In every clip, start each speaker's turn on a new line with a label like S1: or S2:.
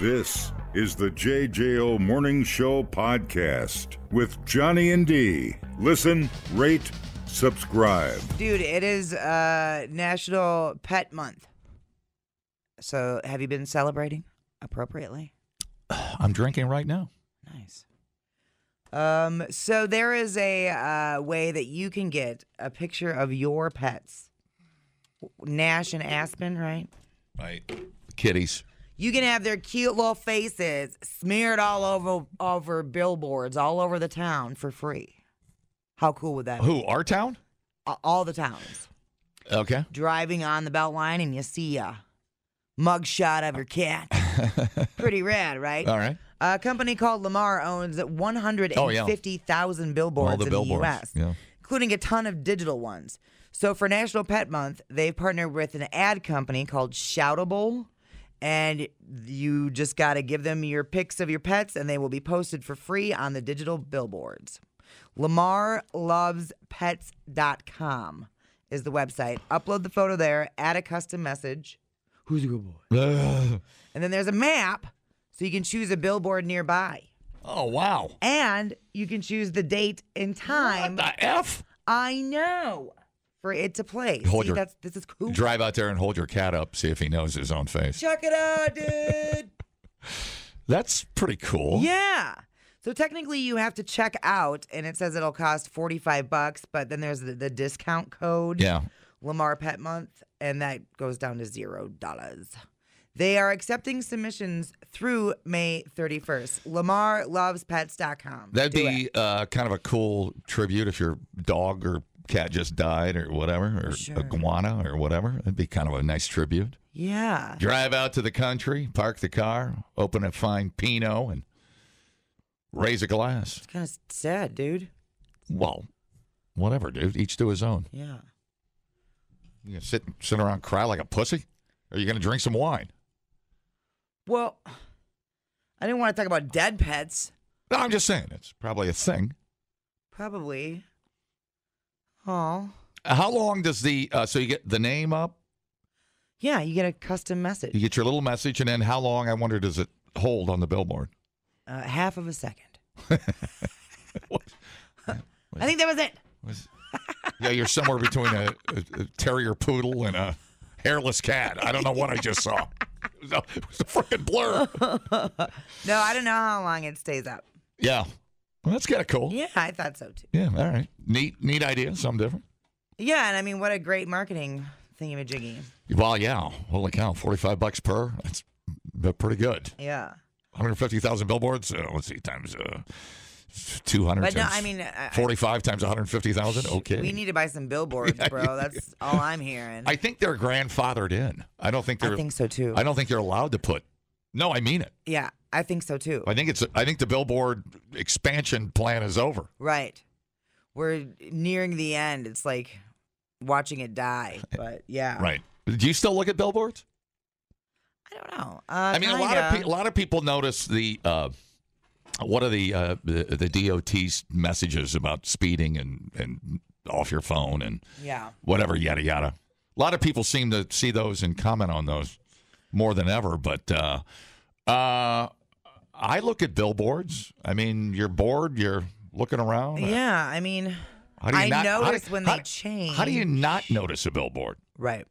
S1: This is the JJO Morning Show podcast with Johnny and D. Listen, rate, subscribe.
S2: Dude, it is uh, National Pet Month. So, have you been celebrating appropriately?
S3: I'm drinking right now.
S2: Nice. Um, so there is a uh, way that you can get a picture of your pets. Nash and Aspen, right?
S3: Right. Kitties.
S2: You can have their cute little faces smeared all over over billboards all over the town for free. How cool would that be?
S3: Who? Our town?
S2: A- All the towns.
S3: Okay.
S2: Driving on the Beltline and you see a mugshot of your cat. Pretty rad, right?
S3: All right.
S2: A company called Lamar owns 150,000
S3: Oh, yeah.
S2: billboards
S3: All the
S2: in
S3: billboards,
S2: the U.S.,
S3: yeah.
S2: including a ton of digital ones. So for National Pet Month, they've partnered with an ad company called Shoutable, and you just got to give them your pics of your pets, and they will be posted for free on the digital billboards. LamarLovesPets.com is the website. Upload the photo there, add a custom message. Who's a good boy?
S3: Ugh.
S2: And then there's a map so you can choose a billboard nearby.
S3: oh wow.
S2: And you can choose the date and time.
S3: The F.
S2: I know for it to play.
S3: Hold
S2: See,
S3: your-
S2: that's this is cool.
S3: Drive out there and hold your cat up. See if he knows his own face.
S2: Check it out, dude.
S3: That's pretty cool.
S2: yeah. So technically you have to check out and it says it'll cost 45 bucks, but then there's the, the discount code.
S3: Yeah.
S2: Lamar Pet Month, and that goes down to zero dollars. They are accepting submissions through May 31st. LamarLovesPets.com.
S3: That'd
S2: Do
S3: be uh, kind of a cool tribute if your dog or cat just died or whatever, or
S2: Sure.
S3: iguana or whatever. It'd be kind of a nice tribute.
S2: Yeah.
S3: Drive out to the country, park the car, open a fine Pinot, and raise a glass.
S2: Kind of sad, dude.
S3: Well, whatever, dude. Each to his own.
S2: Yeah.
S3: You gonna sit sit around and cry like a pussy? Or are you gonna drink some wine?
S2: Well, I didn't want to talk about dead pets.
S3: No, I'm just saying it's probably a thing.
S2: Probably. Oh.
S3: How long does the uh, so you get the name up,
S2: Yeah, you get a custom message.
S3: you get your little message, and then how long? I wonder does it hold on the billboard?
S2: Uh, half of a second.
S3: What?
S2: I think that was it.
S3: Was- yeah, you're somewhere between a, a, a terrier poodle and a hairless cat. I don't know what I just saw. It was a, it was a freaking blur.
S2: No, I don't know how long it stays up.
S3: Yeah, well, that's kind of cool.
S2: Yeah, I thought so too.
S3: yeah, all right. Neat, neat idea. Something different.
S2: Yeah, and I mean, what a great marketing thingamajiggy.
S3: Well, yeah. Holy cow, forty-five bucks per. That's that's pretty good.
S2: Yeah.
S3: One hundred fifty thousand billboards. Uh, let's see, times uh, two hundred.
S2: But no, I mean, I- I-
S3: forty-five times one hundred fifty thousand. Okay.
S2: We need to buy some billboards, bro. That's all I'm hearing.
S3: I think they're grandfathered in. I don't think they're.
S2: I think so too.
S3: I don't think you're allowed to put. No, I mean it.
S2: yeah, I think so too.
S3: I think it's. I think the billboard expansion plan is over.
S2: Right. We're nearing the end. It's like watching it die. But yeah.
S3: Right. Do you still look at billboards?
S2: I don't know. Uh,
S3: I mean, a lot of pe- a lot of people notice the uh, what are the, uh, the the DOT's messages about speeding and and off your phone and
S2: Yeah.
S3: whatever yada yada. A lot of people seem to see those and comment on those more than ever, but uh, uh, I look at billboards. I mean, you're bored, you're looking around.
S2: Yeah. I mean,
S3: How do you
S2: I
S3: not, how do-
S2: notice when
S3: how-
S2: they change.
S3: How do you not notice a billboard?
S2: Right.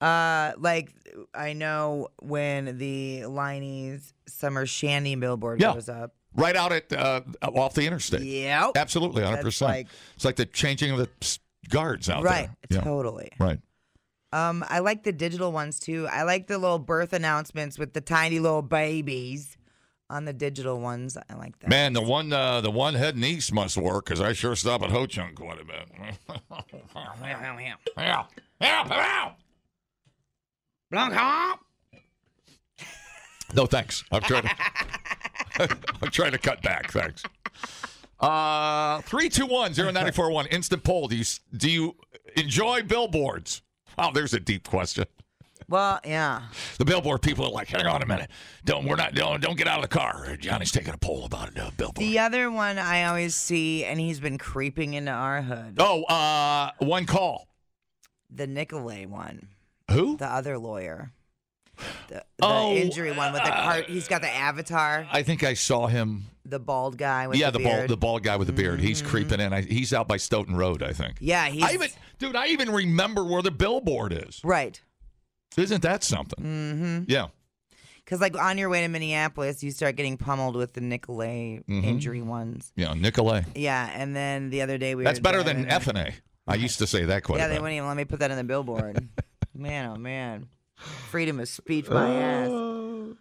S2: Uh, like I know when the Liney's summer shandy billboard
S3: Yeah.
S2: goes up.
S3: Right out at uh, off the interstate.
S2: Yep.
S3: Absolutely, hundred
S2: That's
S3: percent.
S2: like-
S3: it's like the changing of the s- guards out
S2: Right.
S3: there. Yeah.
S2: Totally.
S3: Right.
S2: Um, I like the digital ones too. I like the little birth announcements with the tiny little babies on the digital ones. I like that.
S3: Man, the one uh, the one heading east must work because I sure stop at Ho Chunk quite a bit. yeah. Yeah. yeah. No thanks. I've tried. To, I'm trying to cut back. Thanks. Uh, three two one zero ninety four one. Instant poll. Do you do you enjoy billboards? Oh, there's a deep question.
S2: Well, yeah.
S3: The billboard people are like, hang on a minute. Don't we're not don't don't get out of the car. Johnny's taking a poll about a uh, billboard.
S2: The other one I always see, and he's been creeping into our hood.
S3: oh, uh, one call.
S2: The Nicolay one,
S3: Who?
S2: the other lawyer. The, the
S3: Oh,
S2: injury one with the cart. He's got the avatar,
S3: I think I saw him.
S2: the bald guy with
S3: yeah,
S2: the,
S3: the,
S2: beard. Mm-hmm.
S3: bald the bald guy with the beard. He's creeping in. I, he's out by Stoughton Road, I think.
S2: Yeah, he's
S3: I even, dude, I even remember where the billboard is.
S2: right.
S3: Isn't that something? Mm-hmm. Yeah.
S2: Because like on your way to Minneapolis, you start getting pummeled with the Nicolay
S3: Mm-hmm.
S2: injury ones.
S3: Yeah, Nicolay.
S2: Yeah, and then the other day we
S3: That's
S2: were
S3: better than
S2: driving-
S3: F and A. I used to say that quite
S2: Yeah,
S3: a
S2: they
S3: bit.
S2: wouldn't even let me put that in the billboard. man, oh man, freedom of speech, my
S3: Uh.
S2: ass.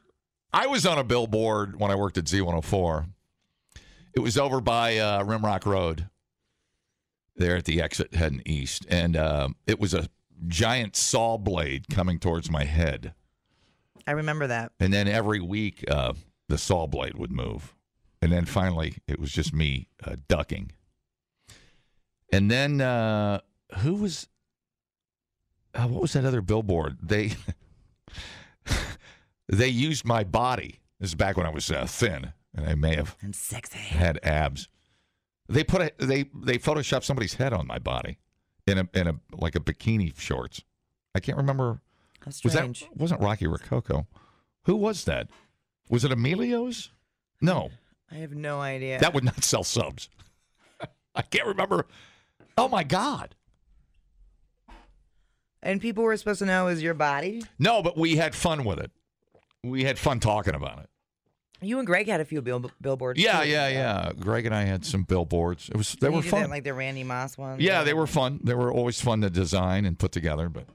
S3: I was on a billboard when I worked at Z104. It was over by uh, Rimrock Road, there at the exit heading east, and uh, it was a giant saw blade coming towards my head.
S2: I remember that.
S3: And then every week, uh, the saw blade would move. And then finally, it was just me uh, ducking. And then uh, who was? Uh, what was that other billboard? They they used my body. This is back when I was uh, thin, and I may have
S2: And sexy.
S3: had abs. They put a, they they photoshopped somebody's head on my body in a in a like a bikini shorts. I can't remember
S2: How
S3: was
S2: strange.
S3: that wasn't Rocky Rococo? Who was that? Was it Emilio's? No,
S2: I have no idea.
S3: that would not sell subs. I can't remember. Oh my God!
S2: and people were supposed to know is your body.
S3: No, but we had fun with it. We had fun talking about it.
S2: You and Greg had a few bill- billboards.
S3: Yeah,
S2: too.
S3: yeah, yeah. Greg and I had some billboards. It was they
S2: You
S3: were
S2: did
S3: fun.
S2: that, like the Randy Moss one.
S3: yeah, they were fun. They were always fun to design and put together. But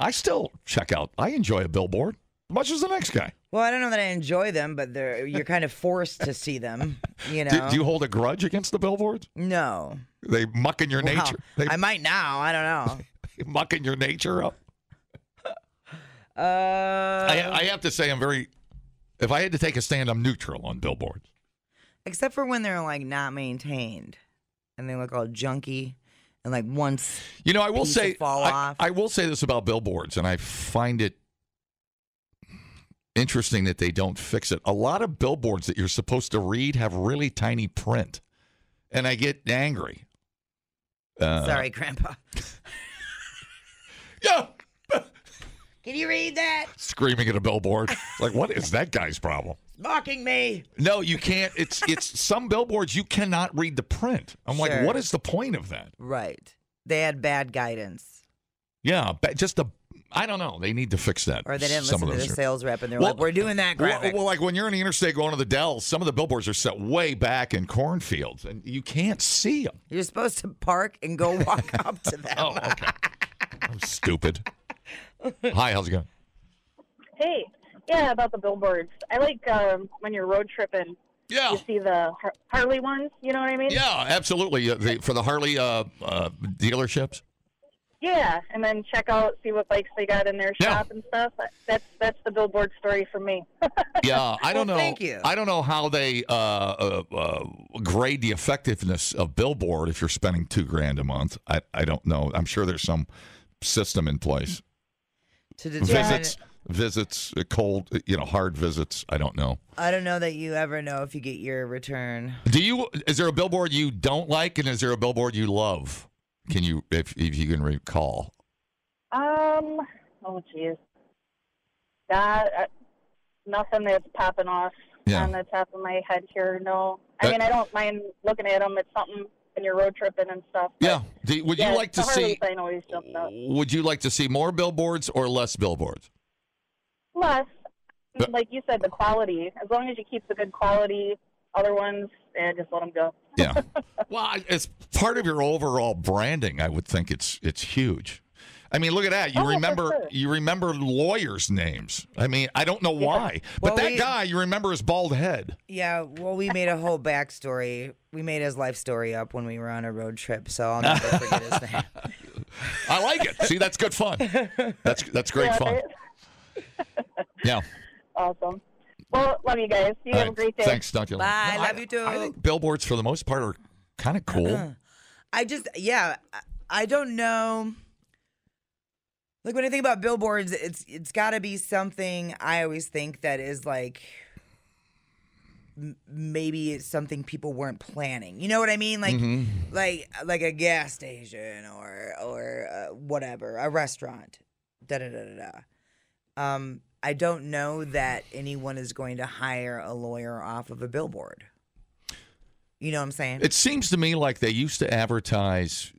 S3: I still check out. I enjoy a billboard as much as the next guy.
S2: Well, I don't know that I enjoy them, but they're you're kind of forced to see them. You know.
S3: Do, do you hold a grudge against the billboards?
S2: No.
S3: They muck in your
S2: Wow.
S3: nature. They
S2: I might now. I don't
S3: muck in your nature up.
S2: know. Uh,
S3: I, I have to say, I'm very. If I had to take a stand, I'm neutral on billboards.
S2: except for when they're like not maintained, and they look all junky, and like once
S3: You know, I will
S2: Piece
S3: say,
S2: will fall
S3: I,
S2: off.
S3: I will say this about billboards, and I find it interesting that they don't fix it. A lot of billboards that you're supposed to read have really tiny print, and I get angry. Uh,
S2: sorry, Grandpa.
S3: Yeah,
S2: Can you read that?
S3: screaming at a billboard. like, what is that guy's problem?
S2: It's mocking me.
S3: No, you can't. It's it's some billboards you cannot read the print. I'm like,
S2: Sure.
S3: what is the point of that?
S2: Right. They had bad guidance,
S3: Yeah, but just the I don't know. They need to fix that.
S2: or they didn't
S3: Some
S2: listen to
S3: of
S2: the
S3: those are-
S2: sales rep, and they're
S3: Well-
S2: like, "We're doing that
S3: Well,
S2: graphic."
S3: well, like when you're in the interstate going to the Dells, some of the billboards are set way back in cornfields, and you can't see them.
S2: You're supposed to park and go walk up to them.
S3: Oh, okay. I'm stupid. Hi, how's it going?
S4: Hey, yeah, about the billboards. I like um, when you're road tripping,
S3: Yeah,
S4: you see the Har- Harley ones. You know what I mean?
S3: Oh. yeah, absolutely. Uh, the, for the Harley uh, uh, dealerships.
S4: Yeah, and then check out, see what bikes they got in their
S3: Yeah.
S4: shop and stuff. That's that's the billboard story for me.
S3: Yeah, I don't
S2: Well,
S3: know.
S2: thank you.
S3: I don't know how they uh, uh, uh, grade the effectiveness of billboard if you're spending two grand a month. I I don't know. I'm sure there's some system in place.
S2: To determine,
S3: visits visits uh, cold uh, you know hard visits i don't know
S2: I don't know that you ever know if you get your return.
S3: do you is there a billboard you don't like and is there a billboard you love can you if, if you can recall
S4: um, oh jeez, that uh, nothing that's popping off
S3: Yeah.
S4: on the top of my head here. No,
S3: Uh,
S4: I mean I don't mind looking at them. It's something when you're road tripping and stuff. but
S3: yeah do, would
S4: yeah,
S3: you like to
S4: the Harley
S3: see
S4: sign always jumped out.
S3: would you like to see more billboards or less billboards
S4: Plus,
S3: But-
S4: like you said, the quality. As long as you keep the good quality, other ones, eh, just let them go.
S3: yeah well I- it's part of your overall branding i would think it's it's huge I mean, look at that. You
S4: Oh, for
S3: remember
S4: sure.
S3: you remember lawyers' names. I mean, I don't know why,
S2: Well,
S3: but that
S2: we-
S3: guy you remember his bald head.
S2: Yeah, well, we made a whole backstory. We made his life story up when we were on a road trip, so I'll never forget his name.
S3: I like it. See, that's good fun. That's that's great
S4: Yeah,
S3: fun.
S4: that-
S3: Yeah.
S4: Awesome. Well, love you guys. You
S3: All
S4: have a
S3: right.
S4: great day.
S3: Thanks, Dr. Lynn.
S2: Bye. Love
S3: I,
S2: you too. Uh-huh.
S3: I think billboards, for the most part, are kind of cool.
S2: I just, yeah, I- I don't know. Like when I think about billboards, it's it's got to be something I always think that is like m- maybe it's something people weren't planning. You know what I mean? Like like like a gas station or or uh, whatever, a restaurant. Da da da da da. Um, I don't know that anyone is going to hire a lawyer off of a billboard. You know what I'm saying?
S3: It seems to me like they used to advertise.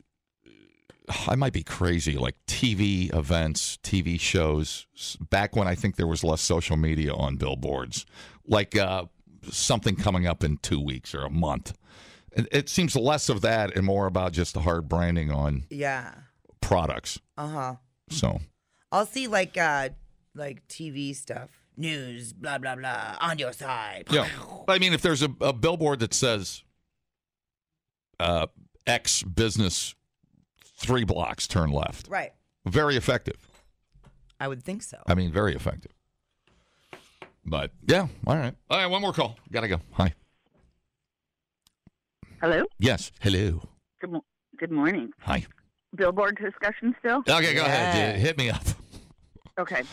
S3: I might be crazy, like TV events, TV shows. s- Back when I think there was less social media on billboards, like uh, something coming up in two weeks or a month. It, it seems less of that and more about just the hard branding on
S2: yeah.
S3: products.
S2: Uh huh.
S3: So
S2: I'll see like uh like TV stuff, news, blah blah blah, on your side.
S3: Yeah. I mean, if there's a, a billboard that says uh, X business three blocks, turn left,
S2: Right.
S3: very effective.
S2: I would think so.
S3: I mean, very effective. But yeah, all right. All right, one more call. Gotta go. Hi.
S5: Hello.
S3: Yes. Hello.
S5: Good, mo- good morning.
S3: Hi.
S5: Billboard discussion still?
S3: Okay, go
S2: Yeah.
S3: ahead. Uh, Hit me up.
S5: Okay.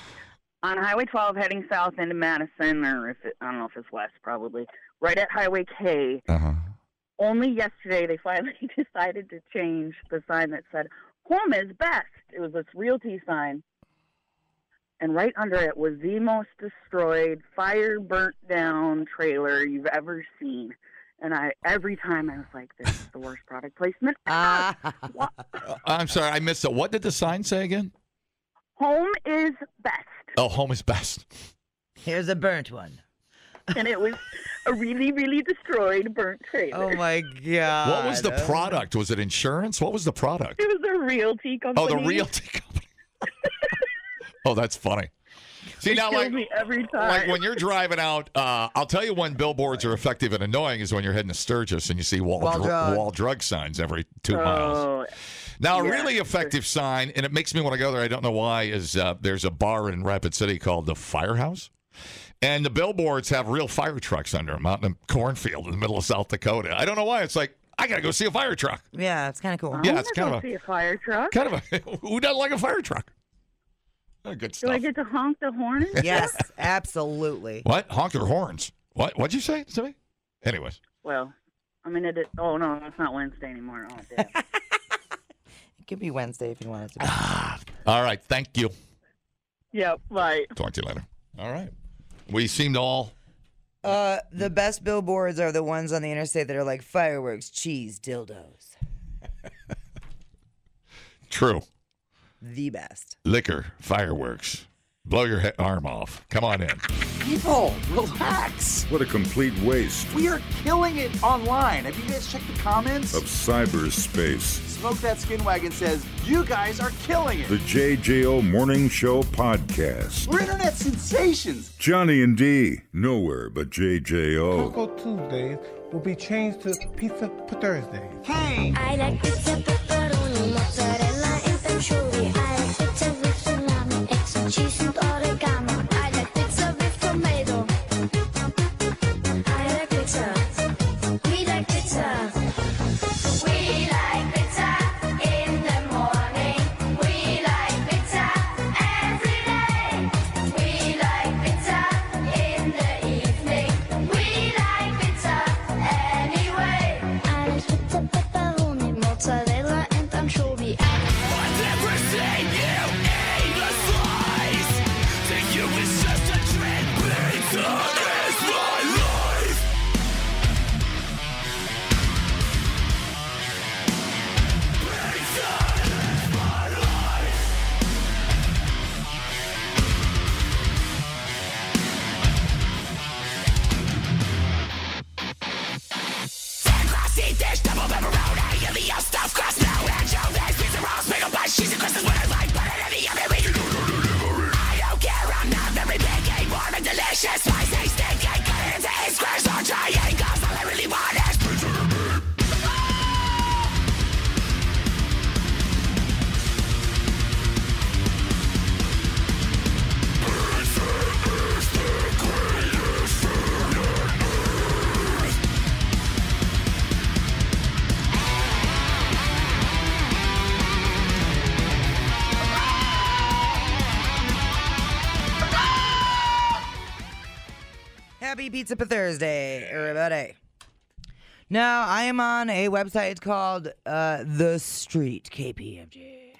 S5: On Highway 12 heading south into Madison, or if it, I don't know if it's west, probably right at Highway K.
S3: Uh huh.
S5: Only yesterday they finally decided to change the sign that said "Home is best." It was this realty sign, and right under it was the most destroyed, fire burnt down trailer you've ever seen. And I, every time I was like, "This is the worst product placement." ever."
S2: Ah.
S3: I'm sorry, I missed it. What did the sign say again?
S5: Home is best.
S3: Oh, home is best.
S2: Here's a burnt one.
S5: and it was a really, really destroyed, burnt trailer.
S2: Oh my god.
S3: What was the product? Was it insurance? What was the product?
S5: It was a realty company.
S3: Oh, the realty company. oh, that's funny. See now,
S5: Kills
S3: like,
S5: me every time.
S3: like when you're driving out, uh, I'll tell you when billboards are effective and annoying is when you're heading to Sturgis and you see wall
S2: Wall
S3: dr-
S2: drug.
S3: wall drug signs every two miles.
S5: oh,
S3: Now, a
S5: yeah,
S3: really
S5: sure.
S3: effective sign, and it makes me want to go there. I don't know why. Is uh, there's a bar in Rapid City called the Firehouse, and the billboards have real fire trucks under them out in a cornfield in the middle of South Dakota. I don't know why. It's like I gotta go see a fire truck.
S2: Yeah, it's kind of cool.
S3: Yeah,
S5: I'm
S3: it's
S5: gonna
S3: kind
S5: go
S3: of a-
S5: see a fire truck.
S3: Kind of a who doesn't like a fire truck? Oh, good
S5: Do
S3: stuff.
S5: I get to honk the horn?
S2: Yes, absolutely.
S3: What? Honk your horns. What? What'd you say to me? Anyways,
S5: Well, I mean, it. Is, oh no, it's not Wednesday anymore. Oh, damn.
S2: It could be Wednesday if you want it to. Be.
S3: all right. Thank you.
S5: yep, right.
S3: Talk to you later. All right. We seemed all.
S2: Uh, the best billboards are the ones on the interstate that are like fireworks, cheese, dildos.
S3: True.
S2: The best.
S3: Liquor, fireworks. Blow your he- arm off. Come on in.
S6: People, relax.
S1: What a complete waste
S6: We are killing it online. Have you guys checked the comments?
S1: of cyberspace.
S6: Smoke That Skin Wagon says, You guys are killing
S1: The
S6: it.
S1: JJO Morning Show Podcast.
S6: We're internet sensations.
S1: Johnny and D, nowhere but JJO.
S7: Taco Tuesdays will be changed to Pizza for Thursdays.
S6: Hey,
S8: I like pizza pepperoni, mozzarella and patchouli. I like pizza with salami, extra cheese and oregano. I like pizza with tomato. I like pizza. We like pizza. We like pizza in the morning. We like pizza every day. We like pizza in the evening. We like pizza anyway. I like pizza pepperoni, mozzarella and anchovy.
S2: Happy Pizza for Thursday, everybody. Now, I am on a website called uh, The Street, KPMG,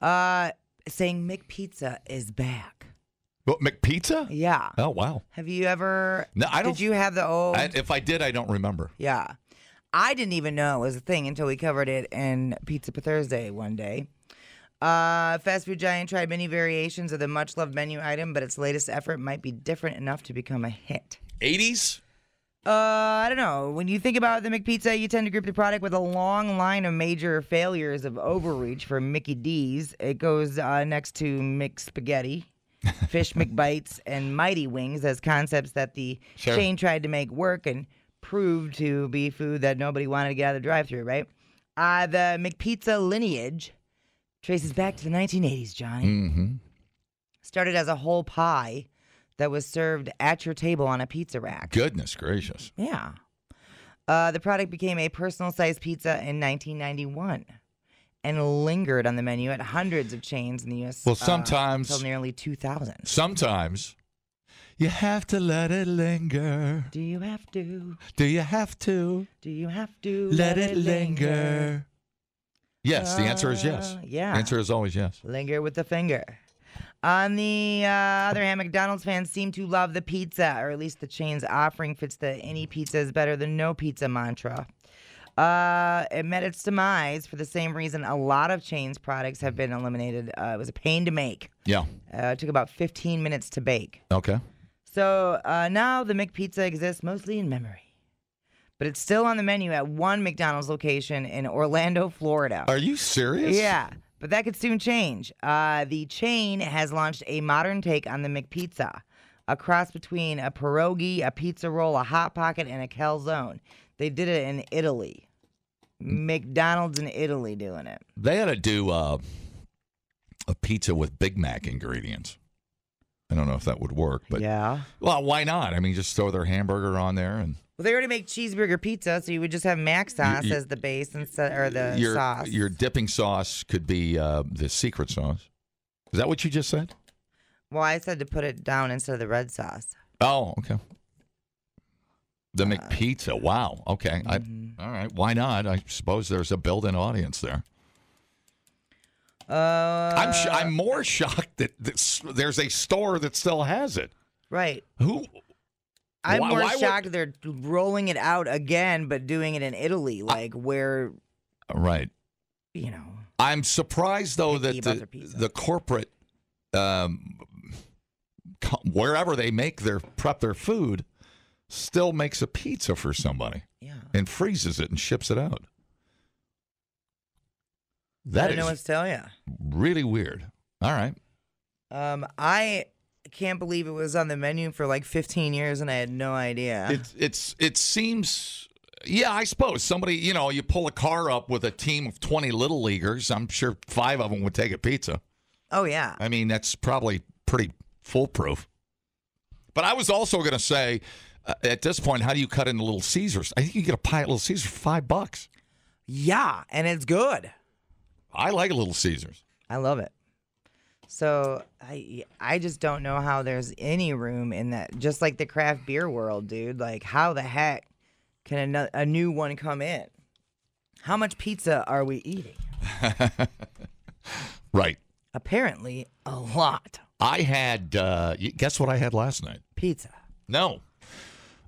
S2: uh, saying McPizza is back.
S3: What, McPizza?
S2: Yeah.
S3: Oh, wow.
S2: Have you ever?
S3: No, I don't-
S2: Did you have the old?
S3: I, if I did, I don't remember.
S2: yeah. I didn't even know it was a thing until we covered it in Pizza for Thursday one day. Uh, fast food giant tried many variations of the much loved menu item, but its latest effort might be different enough to become a hit.
S3: 80s?
S2: Uh, I don't know. When you think about the McPizza, you tend to group the product with a long line of major failures of overreach for Mickey D's. It goes uh, next to McSpaghetti, Fish McBites, and Mighty Wings as concepts that the
S3: Sure.
S2: chain tried to make work and proved to be food that nobody wanted to get out of the drive-thru. Right? Uh, the McPizza lineage traces back to the 1980s, Johnny
S3: Mm-hmm.
S2: started as a whole pie that was served at your table on a pizza rack.
S3: Goodness gracious.
S2: Yeah. Uh, the product became a personal sized pizza in 1991 and lingered on the menu at hundreds of chains in the U.S.
S3: Well,
S2: uh,
S3: sometimes-
S2: until nearly 2000.
S3: Sometimes you have to let it linger.
S2: Do you have to?
S3: Do you have to
S2: Do you have to?
S3: let it linger? Yes, the answer is yes.
S2: Uh, yeah.
S3: The answer is always yes.
S2: Linger with the finger. On the uh, other hand, McDonald's fans seem to love the pizza, or at least the chain's offering fits the any pizza is better than no pizza mantra. Uh, it met its demise for the same reason a lot of chains' products have been eliminated. Uh, it was a pain to make.
S3: Yeah.
S2: Uh, it took about 15 minutes to bake.
S3: Okay.
S2: So uh, now the McPizza exists mostly in memory, but it's still on the menu at one McDonald's location in Orlando, Florida.
S3: Are you serious?
S2: Yeah, but that could soon change. Uh, the chain has launched a modern take on the McPizza, a cross between a pierogi, a pizza roll, a hot pocket, and a calzone. They did it in Italy. McDonald's in Italy doing it.
S3: They ought to do uh, a pizza with Big Mac ingredients. I don't know if that would work, but
S2: yeah.
S3: well, why not? I mean, just throw their hamburger on there and
S2: Well, they already make cheeseburger pizza, so you would just have mac sauce
S3: you-
S2: as the base instead or the
S3: your
S2: sauce.
S3: your dipping sauce could be uh, the secret sauce. Is that what you just said?
S2: well, I said to put it down instead of the red sauce.
S3: Oh, okay. The
S2: Uh,
S3: McPizza. Wow. Okay. I,
S2: mm-hmm.
S3: all right. Why not? I suppose there's a built-in audience there.
S2: Uh,
S3: I'm sh- I'm more shocked that this, there's a store that still has it.
S2: right.
S3: Who?
S2: I'm
S3: Why-
S2: more
S3: why would-
S2: shocked they're rolling it out again, but doing it in Italy, like where
S3: Right.
S2: you know.
S3: I'm surprised though
S2: Picky
S3: that
S2: about their
S3: the,
S2: pizza.
S3: the corporate, um, co- wherever they make their prep their food, still makes a pizza for somebody
S2: Yeah.
S3: and freezes it and ships it out. That
S2: I don't know what
S3: is
S2: to tell you.
S3: really weird. All right.
S2: Um, I can't believe it was on the menu for like 15 years and I had no idea.
S3: It's it's it seems yeah, I suppose somebody, you know, you pull a car up with a team of 20 little leaguers, I'm sure 5 of them would take a pizza.
S2: oh yeah.
S3: I mean, that's probably pretty foolproof. But I was also going to say uh, at this point, how do you cut into Little Caesars? I think you get a pie at Little Caesars for 5 bucks.
S2: Yeah, and it's good.
S3: I like Little Caesars.
S2: I love it. So I I just don't know how there's any room in that just like the craft beer world, dude. Like how the heck can ano- a new one come in? How much pizza are we eating?
S3: Right.
S2: Apparently a lot.
S3: I had uh y- guess what I had last night?
S2: Pizza.
S3: No.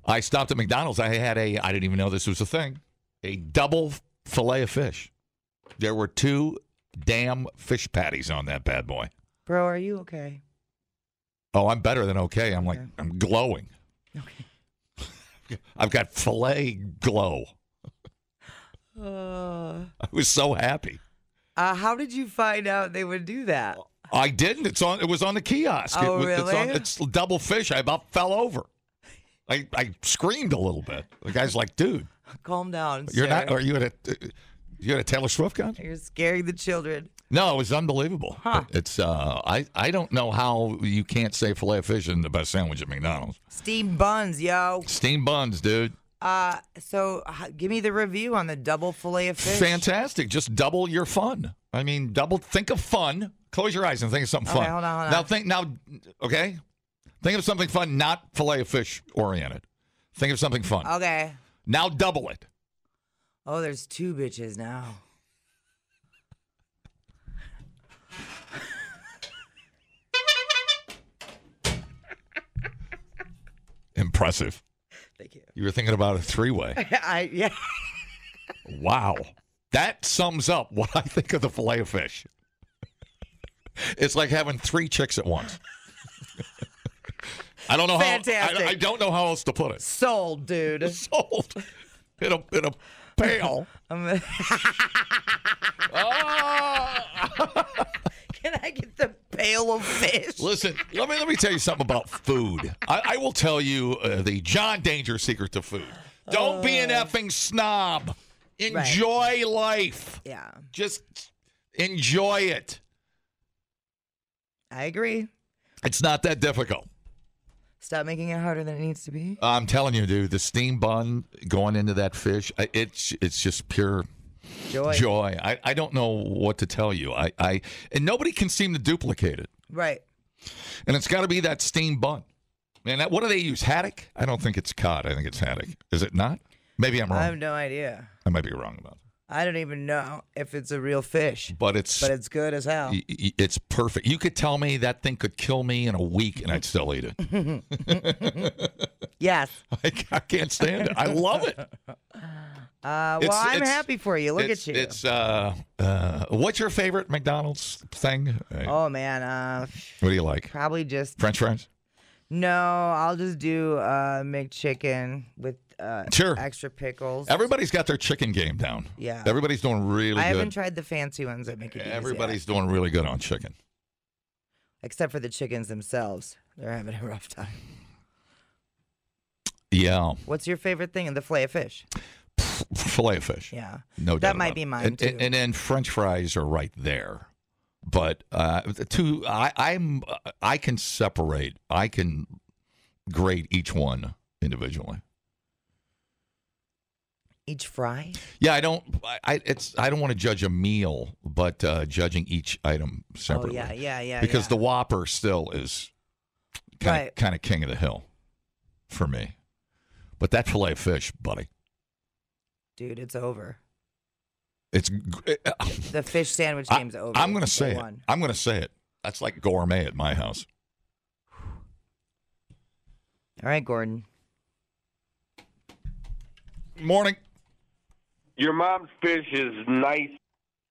S3: I stopped at McDonald's. I had a, I didn't even know this was a thing, a double filet of fish. There were two damn fish patties on that bad boy.
S2: Bro, are you okay?
S3: Oh, I'm better than okay. I'm like, I'm glowing.
S2: Okay.
S3: I've got filet glow.
S2: Uh,
S3: I was so happy.
S2: uh, how did you find out they would do that?
S3: I didn't. It's on. It was on the kiosk.
S2: Oh,
S3: it, was- It's, on,
S2: really?
S3: it's double fish. I about fell over. I, I screamed a little bit. The guy's like, "Dude,
S2: Calm down.
S3: you're
S2: sir.
S3: not. Are you at a? You at a Taylor Swift concert?"
S2: You're scaring the children.
S3: No, it was unbelievable.
S2: Huh.
S3: It- It's uh, I I don't know how you can't say filet of fish isn't the best sandwich at McDonald's.
S2: Steamed buns, yo.
S3: Steamed buns, dude,
S2: Uh, so h- give me the review on the double fillet of fish.
S3: fantastic. Just double your fun. I mean, double. Think of fun. Close your eyes and think of something
S2: Okay,
S3: fun.
S2: hold on, hold on.
S3: Now think now. Okay, think of something fun, not filet of fish oriented. Think of something fun.
S2: Okay.
S3: now double it.
S2: Oh, there's two bitches now.
S3: impressive.
S2: Thank you.
S3: You were thinking about a three way.
S2: I yeah.
S3: Wow. That sums up what I think of the filet of fish. It's like having three chicks at once. I don't know how.
S2: Fantastic.
S3: I, I don't know how else to put it.
S2: Sold, dude.
S3: Sold in a in a pail.
S2: Um,
S3: Oh!
S2: can I get the pail of fish?
S3: Listen, let me let me tell you something about food. I, I will tell you uh, the John Danger secret to food. Don't be an effing snob. Enjoy life.
S2: Yeah,
S3: Just enjoy it.
S2: I agree.
S3: It's not that difficult.
S2: Stop making it harder than it needs to be.
S3: I'm telling you, dude, the steam bun going into that fish, I- it's it's just pure
S2: Joy.
S3: joy. I, I don't know what to tell you. I, I and nobody can seem to duplicate it.
S2: Right.
S3: And it's got to be that steam bun. Man, that, what do they use? Haddock? I don't think it's cod. I think it's haddock. Is it not? Maybe I'm
S2: I
S3: wrong.
S2: have no idea.
S3: I might be wrong about that.
S2: I don't even know if it's a real fish,
S3: But it's,
S2: but it's good as hell.
S3: y- y- it's perfect. You could tell me that thing could kill me in a week and I'd still eat it.
S2: Yes.
S3: I, I can't stand it. I love it.
S2: Uh, well,
S3: It's-
S2: I'm
S3: it's-
S2: happy for you. Look
S3: it's,
S2: at you.
S3: It's uh, uh, what's your favorite McDonald's thing? Uh,
S2: oh man. Uh,
S3: What do you like?
S2: probably just
S3: French fries.
S2: no. I'll just do uh, McChicken with uh,
S3: Sure.
S2: extra pickles.
S3: Everybody's got their chicken game down.
S2: Yeah.
S3: Everybody's doing really
S2: I haven't
S3: good.
S2: tried the fancy ones that make it.
S3: Everybody's doing really good on chicken.
S2: except for the chickens themselves. They're having a rough time.
S3: Yeah.
S2: What's your favorite thing in the filet of fish?
S3: Filet of fish.
S2: Yeah.
S3: No doubt.
S2: That might
S3: about
S2: be
S3: it.
S2: mine,
S3: And,
S2: too.
S3: and, and then French fries are right there. But uh, the two, I, I'm, uh, I can separate. I can grade each one individually.
S2: Each fry? Oh,
S3: Yeah, I don't. I, I it's. I don't want to judge a meal, but uh, judging each item separately.
S2: Oh yeah, yeah, yeah.
S3: because
S2: yeah.
S3: the Whopper still is kind of
S2: Right.
S3: kind of king of the hill for me. But that fillet of fish, buddy,
S2: dude, it's over.
S3: it's. gr-
S2: The fish sandwich
S3: I,
S2: game's over.
S3: I'm going
S2: They
S3: to say it.
S2: won.
S3: I'm going to say it. That's like gourmet at my house.
S2: All right, Gordon.
S3: Morning.
S9: Your mom's fish is nice.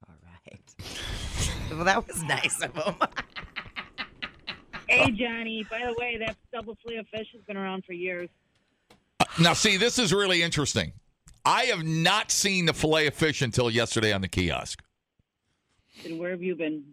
S2: All right. well, that was nice of him.
S4: Hey, Johnny. By the way, that double flea of fish has been around for years.
S3: Now, see, this is really interesting. I have not seen the fillet of fish until yesterday on the kiosk.
S4: And where have you been?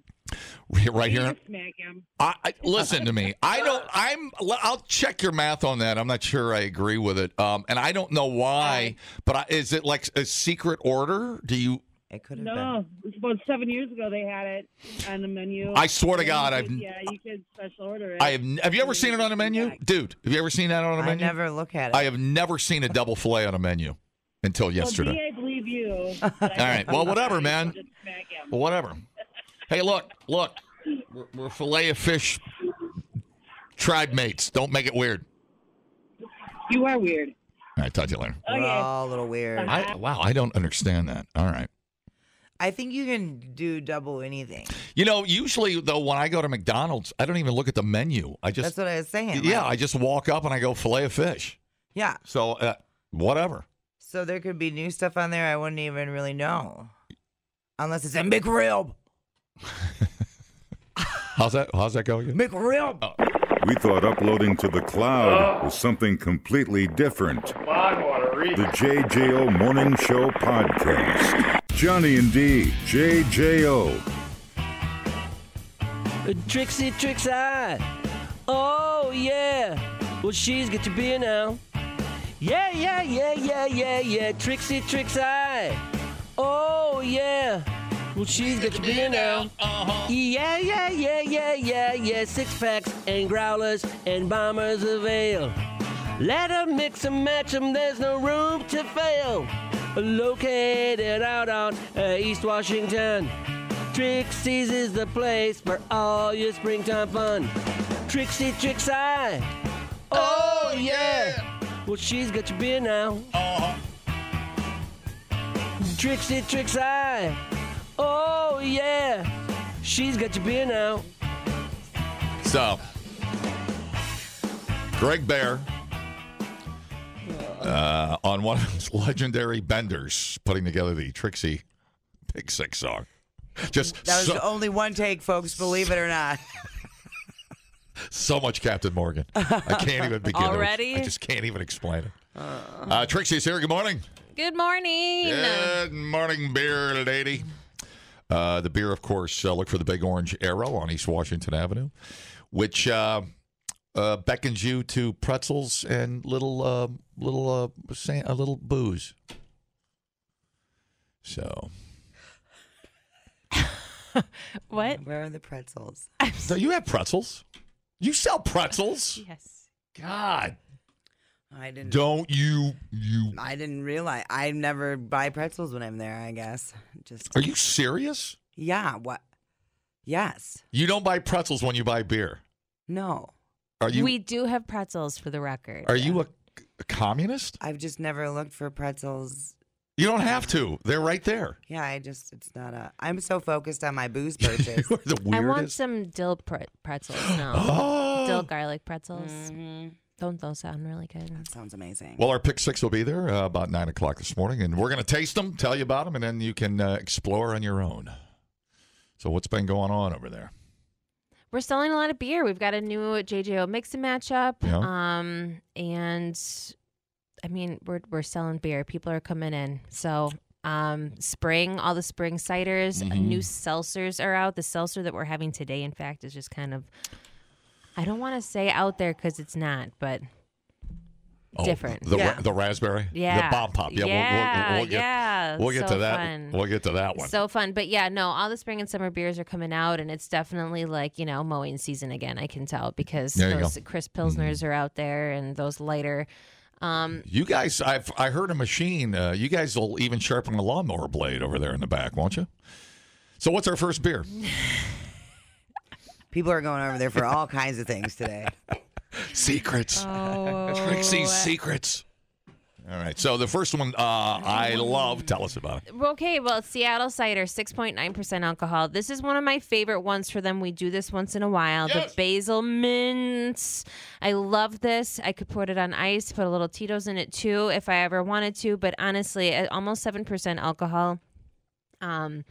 S3: Right here,
S4: Just Smack him.
S3: I, I listen to me. I don't. I'm. I'll check your math on that. I'm not sure I agree with it. Um, and I don't know why. But I, is it like a secret order? Do you?
S2: It could have
S4: No, it was about seven years ago they had it on the menu.
S3: I swear to God,
S4: Yeah,
S3: I've.
S4: yeah, you could special order it.
S3: I have. Have you ever seen it on a menu, dude? Have you ever seen that on
S2: been.
S3: a
S2: I
S3: menu?
S2: never look at it.
S3: I have never seen a double fillet on a menu until
S4: Well,
S3: yesterday.
S4: D, I believe you.
S3: All right. Well, whatever, man.
S4: Just smack him.
S3: Well, whatever. Hey, look, look. We're, we're fillet of fish tribe mates. Don't make it weird.
S4: You are weird.
S3: All right. Talk to you later.
S2: We're
S4: Okay.
S2: all a little weird.
S3: I, wow, I don't understand that. All right.
S2: I think you can do double anything.
S3: You know, usually though, when I go to McDonald's, I don't even look at the menu. I just,
S2: That's what I was saying.
S3: yeah,
S2: like-
S3: I just walk up and I go fillet of fish.
S2: yeah.
S3: So uh, whatever.
S2: So there could be new stuff on there I wouldn't even really know, unless it's a McRib.
S3: How's that? How's that go again?
S2: McRib.
S1: We thought uploading to the cloud was something completely different. The JJO Morning Show Podcast. Johnny and D, JJO.
S10: Uh, Trixie Trix Eye. Oh, yeah. Well, she's got your beer now. Yeah, yeah, yeah, yeah, yeah, yeah. Trixie Trix Eye. Oh, yeah. Well, she's got your beer now. Yeah, yeah, yeah, yeah, yeah, yeah. Six packs and growlers and bombers of ale. Let 'em mix and match 'em, there's no room to fail. Located out on uh, East Washington. Trixie's is the place for all your springtime fun. Trixie Trixie. Oh, yeah. Uh-huh. Well, she's got your beer now. Trixie Trixie. Oh, yeah. She's got your beer now.
S3: So, Greg Bear uh, on one of his legendary benders, putting together the Trixie Big Six song. Just
S2: That was
S3: so,
S2: only one take, folks. Believe it or not.
S3: so much Captain Morgan. I can't even begin. to-
S11: Already?
S3: I just can't even explain it. Uh, Trixie's here. Good morning.
S11: Good morning.
S3: Good morning, beer lady. Uh, the beer, of course, uh, look for the Big Orange Arrow on East Washington Avenue, which uh, uh, beckons you to pretzels and little, uh, little, uh, sa- a little booze. So,
S11: What?
S2: Where are the pretzels?
S3: so you have pretzels? You sell pretzels?
S11: Yes.
S3: God,
S2: I didn't.
S3: don't you? You
S2: I didn't realize. I never buy pretzels when I'm there. I guess just.
S3: are you serious?
S2: Yeah. What? Yes.
S3: You don't buy pretzels when you buy beer.
S2: No.
S3: Are you?
S11: we do have pretzels for the record.
S3: are you a, a communist?
S2: I've just never looked for pretzels.
S3: You don't have to. They're right there.
S2: Yeah, I just it's not a. I'm so focused on my booze purchase.
S3: You're the
S11: I
S3: weirdest.
S11: want some dill pre- pretzels now.
S3: Oh. Mm-hmm.
S11: Dill garlic pretzels.
S2: Mhm.
S11: Don't those sound really good?
S2: That sounds amazing.
S3: Well, our pick six will be there uh, about nine o'clock this morning, and we're going to taste them, tell you about them, and then you can uh, explore on your own. So, what's been going on over there?
S11: We're selling a lot of beer. We've got a new JJO mix and match up.
S3: Yeah.
S11: Um, and I mean, we're we're selling beer. People are coming in. So um, spring, all the spring ciders, uh,
S3: Mm-hmm.
S11: new seltzers are out. The seltzer that we're having today, in fact, is just kind of. I don't want to say out there because it's not, but different.
S3: Oh, The, ra-
S2: Yeah.
S3: the raspberry,
S11: Yeah.
S3: the bomb pop. Yeah, we'll- we'll,
S11: Yeah,
S3: we'll, get,
S11: yeah.
S3: we'll get
S11: So
S3: to that.
S11: fun.
S3: We'll get to that one.
S11: So fun. But yeah, no, all the spring and summer beers are coming out, and it's definitely like, you know, mowing season again, I can tell, because
S3: There you
S11: those
S3: go. Mm-hmm.
S11: crisp Pilsners are out there and those lighter. Um,
S3: you guys, I've I heard a machine. Uh, you guys will even sharpen a lawnmower blade over there in the back, won't you? So, what's our first beer?
S2: People are going over there for all kinds of things today.
S3: secrets.
S11: Oh.
S3: Trixie's secrets. All right. So the first one uh, I love. Tell us about it.
S11: okay, well, it's Seattle Cider, 6.9% alcohol. This is one of my favorite ones for them. We do this once in a while.
S3: Yes.
S11: The basil mints. I love this. I could put it on ice, put a little Tito's in it too if I ever wanted to, but honestly, at almost 7% alcohol. Um,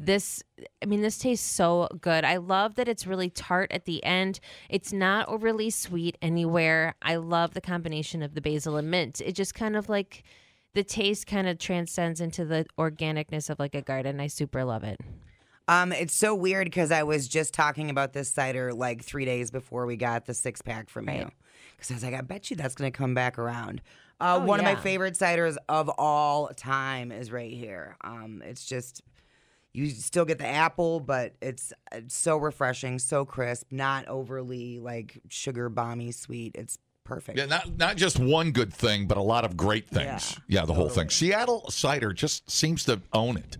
S11: This, I mean, this tastes so good. I love that it's really tart at the end. It's not overly sweet anywhere. I love the combination of the basil and mint. It just kind of like the taste kind of transcends into the organicness of like a garden. I super love it.
S2: Um, it's so weird because I was just talking about this cider like three days before we got the six pack from you. Because I was like, I bet you that's going to come back around. Uh,
S11: Oh,
S2: One of
S11: yeah.
S2: my favorite ciders of all time is right here. Um, it's just, you still get the apple, but it's, it's so refreshing, so crisp, not overly like sugar bomby sweet. It's perfect.
S3: Yeah, not not just one good thing, but a lot of great things. Yeah, the whole thing. Seattle cider just seems to own it.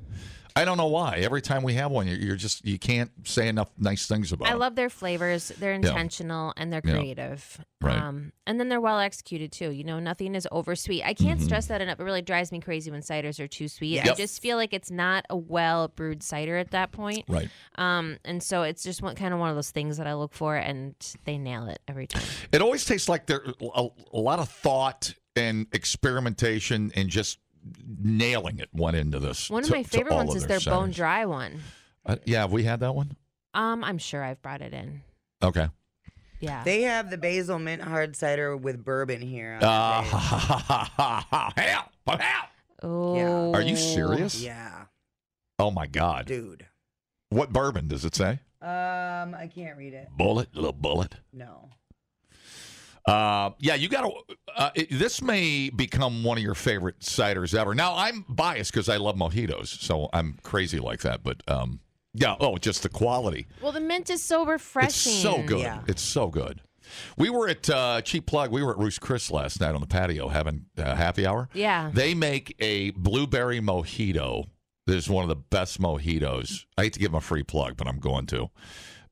S3: I don't know why. Every time we have one, you're, you're just you can't say enough nice things about.
S11: I
S3: it.
S11: love their flavors. They're intentional and they're
S3: Yeah.
S11: creative.
S3: Right.
S11: Um, and then they're well executed too. You know, nothing is oversweet. I can't stress that enough. It really drives me crazy when ciders are too sweet. I
S3: Mm-hmm. Yep.
S11: just feel like it's not a well brewed cider at that point.
S3: Right.
S11: Um, and so it's just one kind of one of those things that I look for, and they nail it every time.
S3: It always tastes like there a, a lot of thought and experimentation and just nailing it went into this.
S11: One of
S3: to-
S11: my
S3: to
S11: favorite
S3: all
S11: ones
S3: of
S11: is their
S3: ciders.
S11: bone dry one.
S3: Uh, yeah, have we had that one.
S11: Um, I'm sure I've brought it in.
S3: Okay.
S11: Yeah.
S2: They have the basil mint hard cider with bourbon here. on
S3: Uh,
S2: the page.
S3: help! Help!
S11: oh.
S3: Are you serious?
S2: yeah,
S3: Oh my God!
S2: dude.
S3: What bourbon does it say?
S2: Um, I can't read it.
S3: Bullet, little bullet.
S2: No.
S3: Uh, yeah, you got to. Uh, it- this may become one of your favorite ciders ever. Now I'm biased because I love mojitos, so I'm crazy like that. But um, yeah, oh, just the quality.
S11: Well, the mint is so refreshing.
S3: It's so good.
S2: Yeah.
S3: It's so good. We were at uh, cheap plug. We were at Roost Chris last night on the patio having uh, happy hour.
S11: Yeah.
S3: They make a blueberry mojito. That is one of the best mojitos. I hate to give them a free plug, but I'm going to.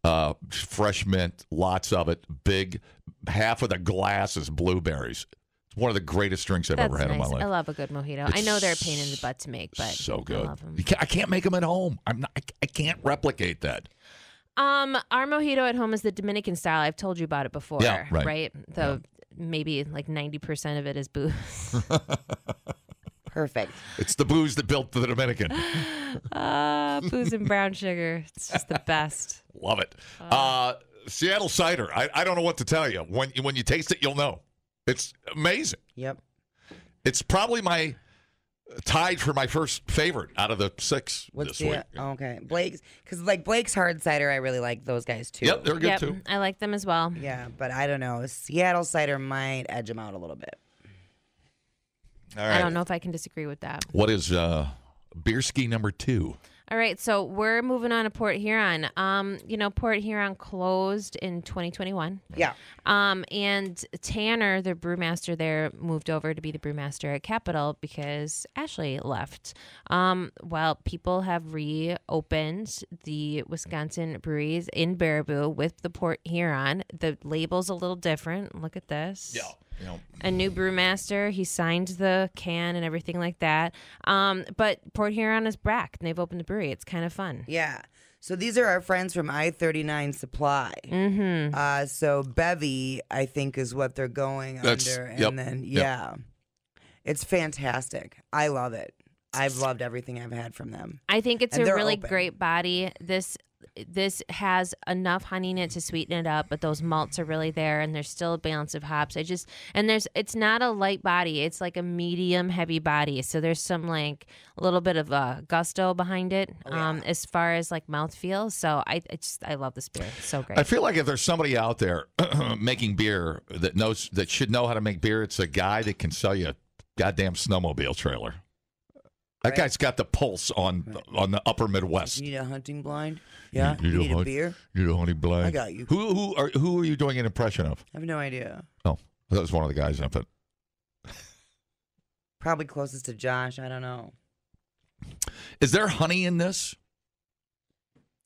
S3: Uh, fresh mint, lots of it. Big, half of the glass is blueberries. It's one of the greatest drinks I've
S11: That's
S3: ever had
S11: nice.
S3: in my life.
S11: I love a good mojito. I
S3: It's
S11: know they're a pain in the butt to make, but
S3: so
S11: I
S3: good.
S11: love 'em.
S3: You can't- I can't make them at home. I'm not. I, I can't replicate that.
S11: Um, our mojito at home is the Dominican style. I've told you about it before.
S3: Yeah, right.
S11: The maybe like 90% of it is booze.
S2: Perfect.
S3: It's the booze that built the Dominican.
S11: Ah, booze and brown sugar. It's just the best.
S3: Love it. Uh, Seattle cider. I, I don't know what to tell you. When you- when you taste it, you'll know. It's amazing.
S2: Yep.
S3: It's probably my tied for my first favorite out of the six this
S2: Yeah.
S3: week.
S2: Okay. Blake's because like Blake's hard cider, I really like those guys too.
S3: Yep, they're good Yep, too.
S11: I like them as well.
S2: Yeah, but I don't know. Seattle cider might edge them out a little bit.
S3: All
S11: I
S3: right.
S11: don't know if I can disagree with that.
S3: What is uh, beer ski number two?
S11: All right, so we're moving on to Port Huron. Um, you know, Port Huron closed in 2021.
S2: Yeah.
S11: Um, and Tanner, the brewmaster there, moved over to be the brewmaster at Capitol because Ashley left. Um, while people have reopened the Wisconsin breweries in Baraboo with the Port Huron, the label's a little different. Look at this
S3: Yeah.
S11: a new brewmaster. He signed the can and everything like that. Um, but Port Huron is back, and they've opened a brewery. It's kind of fun.
S2: Yeah. So these are our friends from I thirty nine Supply. Mm-hmm. Uh, so Bevy, I think, is what they're going
S3: That's-
S2: under, and
S3: yep,
S2: then
S3: yep.
S2: yeah, it's fantastic. I love it. I've loved everything I've had from them.
S11: I think it's
S2: And
S11: a
S2: they're
S11: really
S2: open.
S11: great body. This this has enough honey in it to sweeten it up, but those malts are really there, and there's still a balance of hops. I just and there's it's not a light body; it's like a medium heavy body. So there's some like a little bit of uh, gusto behind it,
S2: Oh,
S11: um, as far as like mouthfeel. So I, I just I love this beer. It's so great.
S3: I feel like if there's somebody out there making beer that knows that should know how to make beer, it's a guy that can sell you a goddamn snowmobile trailer. That guy's got the pulse on on the upper Midwest.
S2: You need a hunting blind? Yeah. You, need a
S3: hon-
S2: beer?
S3: You do honey blind.
S2: I got you.
S3: Who who are who are you doing an impression of?
S2: I have no idea.
S3: Oh, that was one of the guys up it.
S2: Probably closest to Josh. I don't know.
S3: Is there honey in this?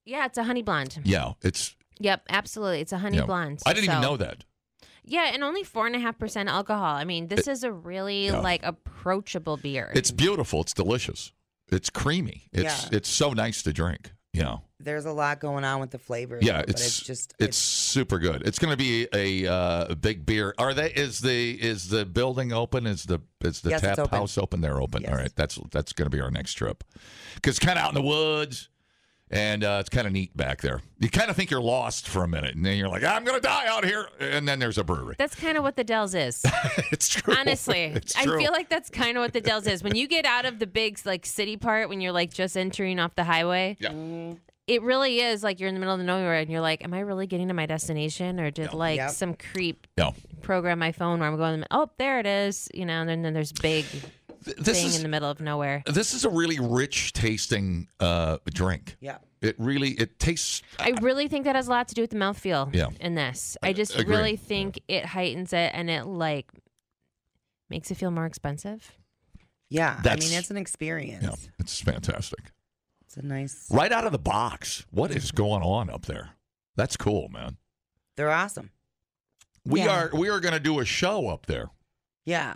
S11: yeah, it's a honey blonde.
S3: Yeah, it's
S11: Yep, absolutely. It's a honey
S3: yeah.
S11: blonde.
S3: I didn't even
S11: so-
S3: know that.
S11: Yeah, and only four and a half percent alcohol. I mean, this
S3: It-
S11: is a really
S3: yeah.
S11: like approachable beer.
S3: It's beautiful. It's delicious. It's creamy. It's
S2: Yeah.
S3: it's so nice to drink. You know.
S2: There's a lot going on with the flavor.
S3: Yeah,
S2: but
S3: it's,
S2: it's just
S3: it's super good. It's going to be a uh, a big beer. Are they? Is the is the building open? Is the is the
S2: Yes, it's
S3: tap
S2: open.
S3: house open? They're open. All right, that's that's going to be our next trip because kind of out in the woods, and uh, it's kind of neat back there. You kind of think you're lost for a minute, and then you're like, I'm going to die out here, and then there's a brewery.
S11: That's kind of what the Dells is.
S3: it's true.
S11: Honestly,
S3: Oh, It's
S11: I
S3: true.
S11: feel like that's kind of what the Dells is. When you get out of the big like city part, when you're like just entering off the highway,
S3: yeah.
S11: it really is like you're in the middle of nowhere and you're like, am I really getting to my destination, or did like
S2: Yep.
S11: some creep
S3: Yeah.
S11: program my phone where I'm going? Oh, there it is. You know, and then, then there's big
S3: this
S11: thing
S3: is-
S11: in the middle of nowhere.
S3: This is a really rich tasting uh, drink.
S2: Yeah.
S3: It really it tastes
S11: I really think that has a lot to do with the mouthfeel
S3: Yeah.
S11: in this. I just
S3: agree.
S11: really think it heightens it and it like makes it feel more expensive.
S2: yeah. I
S3: That's-
S2: mean, it's an experience.
S3: yeah, it's fantastic.
S2: It's a nice.
S3: Right out of the box. What is going on up there? That's cool, man.
S2: They're awesome.
S3: We
S2: Yeah.
S3: are we are going to do a show up there.
S2: Yeah.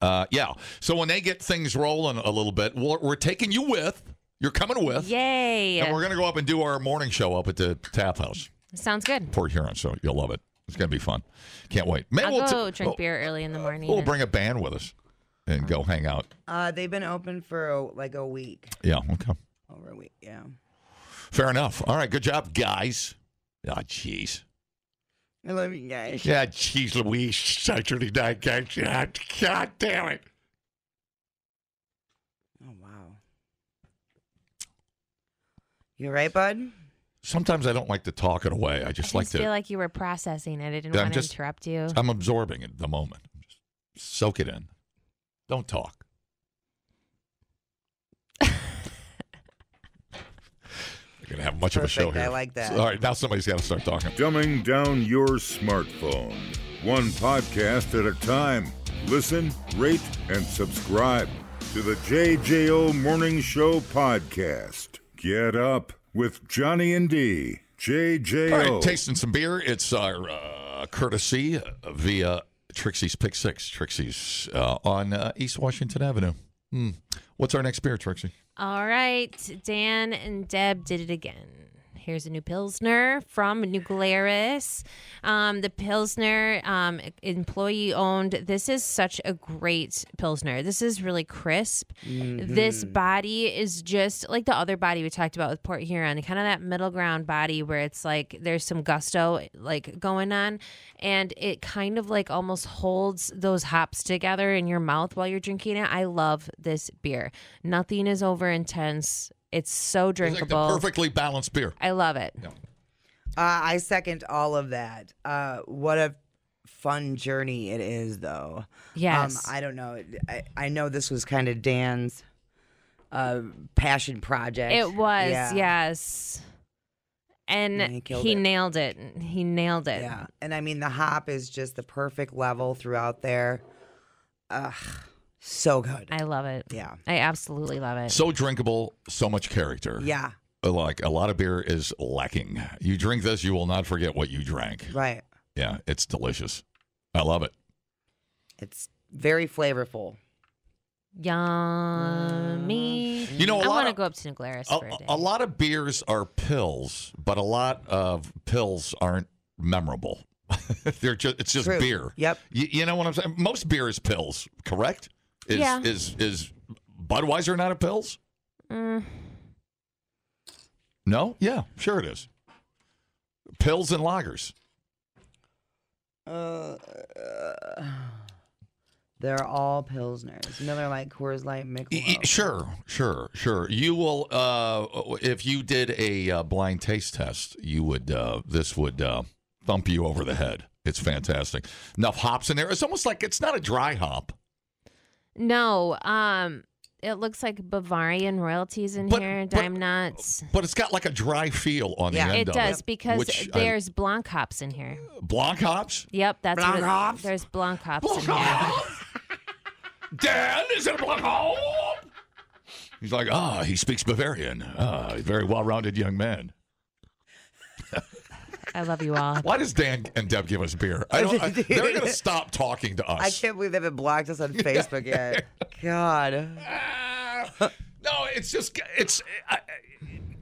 S3: Uh, yeah. So when they get things rolling a little bit, we're, we're taking you with. You're coming with.
S11: Yay.
S3: And we're going to go up and do our morning show up at the Tap House,
S11: Sounds good.
S3: Port Huron. So you'll love it. It's going to be fun. Can't wait. Maybe
S11: I'll
S3: we'll
S11: go
S3: t-
S11: drink
S3: we'll-
S11: beer early in the morning.
S3: We'll
S11: and-
S3: bring a band with us and go hang out.
S2: Uh, they've been open for a, like a week,
S3: Yeah. Okay.
S2: over a week. Yeah.
S3: Fair enough. All right. Good job, guys. Ah, jeez.
S2: I love you guys.
S3: Yeah, jeez, Louise. Such a night, guys. God, God damn it.
S2: Oh wow. You all right, bud?
S3: Sometimes I don't like to talk it away. I just
S11: I
S3: like
S11: just
S3: to.
S11: feel like you were processing it. I didn't
S3: I'm
S11: want
S3: just-
S11: to interrupt you.
S3: I'm absorbing it at the moment. Just soak it in. Don't talk. We're gonna have much of a show
S1: Perfect. I
S3: here.
S1: like that.
S3: All right, now somebody's got to start talking.
S1: Dumbing down your smartphone. One podcast at a time. Listen, rate, and subscribe to the JJO Morning Show podcast. Get up with Johnny and D. JJO.
S3: All
S1: Oh.
S3: right, tasting some beer. It's our uh, courtesy via Trixie's Pick Six. Trixie's uh, on uh, East Washington Avenue. Hmm. What's our next beer, Trixie?
S11: All right. Dan and Deb did it again. here's a new Pilsner from New Glarus. Um, the Pilsner, um, employee owned. This is such a great Pilsner. This is really crisp. This
S12: Mhm.
S11: body is just like the other body we talked about with Port Huron, kind of that middle ground body where it's like there's some gusto like going on, and it kind of like almost holds those hops together in your mouth while you're drinking it. I love this beer. Nothing is over intense. It's so
S3: It's like the
S11: drinkable.
S3: perfectly balanced beer.
S11: I love it.
S2: Uh, I second all of that. Uh, what a fun journey it is, though.
S11: Yes.
S2: Um, I don't know. I, I know this was kind of Dan's uh, passion project.
S11: It was,
S2: Yeah.
S11: yes. And,
S2: And he killed
S11: he
S2: it.
S11: nailed it. He nailed it.
S2: Yeah. And I mean, the hop is just the perfect level throughout there. Ugh, so good.
S11: I love it.
S2: Yeah.
S11: I absolutely love it.
S3: So drinkable, so much character.
S2: Yeah.
S3: Like a lot of beer is lacking. You drink this, you will not forget what you drank.
S2: Right.
S3: Yeah, it's delicious. I love it.
S2: It's very flavorful.
S11: Yummy.
S3: You know, a
S11: I
S3: lot
S11: want to
S3: of-
S11: go up to New Glarus
S3: A,
S11: for a day.
S3: a lot of beers are pills, but a lot of pills aren't memorable. They're just it's just
S11: True.
S3: beer.
S2: Yep.
S3: You, you know what I'm saying? Most beer is pills, correct? Is
S11: Yeah.
S3: is is Budweiser not a pills?
S11: Mm,
S3: No? Yeah, sure it is. Pills and lagers.
S2: Uh, they're all Pilsners. Miller Lite, Coors Light, Michelob.
S3: Y- Sure, sure, sure. You will uh if you did a uh, blind taste test, you would uh this would uh thump you over the head. It's fantastic. Enough hops in there. It's almost like it's not a dry hop.
S11: no, um, it looks like Bavarian royalties in here, dime nuts.
S3: But it's got like a dry feel on the
S11: it
S3: end of
S11: does
S3: it.
S11: because
S3: which I-
S11: there's blanc hops in here.
S3: Blanc hops?
S11: Yep, that's
S3: Blanc
S11: what it,
S3: hops?
S11: There's blanc hops in here.
S3: Dan, is it a blanc hop? He's like, ah, he speaks Bavarian. Ah, very well rounded young man.
S11: I love you all.
S3: Why does Dan and Deb give us beer? I don't, I- they're going to stop talking to
S2: I
S3: us.
S2: can't believe they haven't blocked us on Facebook yet. God.
S3: Ah, No, it's just it's I, I-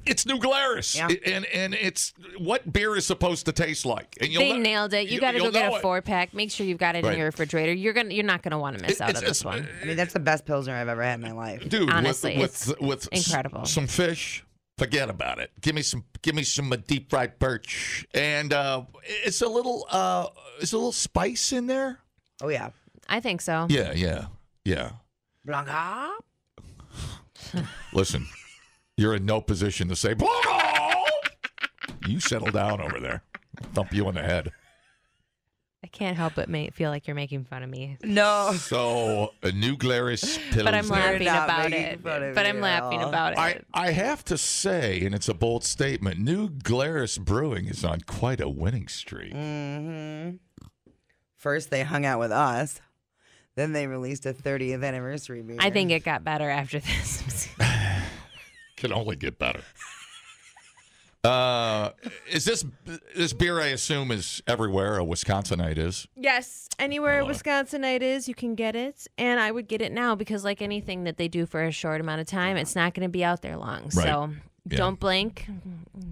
S3: it's New Glarus, and and it's what beer is supposed to taste like. And you'll
S11: They
S3: ne-
S11: nailed it. You,
S3: you-
S11: got to
S3: you'll
S11: go get
S3: know
S11: a
S3: it.
S11: four pack. Make sure you've got it
S3: Right.
S11: in your refrigerator. You're gonna you're not gonna want to miss out
S3: it's- uh,
S11: on this
S3: it's-
S11: one.
S2: I mean, that's the best Pilsner I've ever had in my life.
S3: dude. with-
S11: Honestly,
S3: with
S11: it's
S3: with, s-
S11: incredible.
S3: some fish. Forget about it. Give me some. Give me some uh, deep fried perch, and uh, it's a little. Uh, it's a little spice in there.
S2: Oh yeah.
S11: I think so.
S3: Yeah, yeah, yeah.
S2: Blanc hop.
S3: Listen, you're in no position to say. "Blah!" You settle down over there. Thump you in the head.
S11: I can't help but ma- feel like you're making fun of me.
S2: No.
S3: So a new Glarus Pilsner.
S11: But I'm laughing
S2: not
S11: about
S2: making
S11: it.
S2: fun of
S11: But
S2: me
S11: I'm
S2: at
S11: laughing
S2: all.
S11: about it.
S3: I, I have to say, and it's a bold statement, New Glarus Brewing is on quite a winning streak.
S2: hmm First they hung out with us. Then they released a 30th anniversary beer.
S11: I think it got better after this.
S3: Can only get better. Uh, is this this beer? I assume is everywhere a Wisconsinite is.
S11: yes, anywhere Wisconsinite is, you can get it, and I would get it now because, like anything that they do for a short amount of time, it's not going to be out there long. So
S3: Yeah.
S11: don't blink,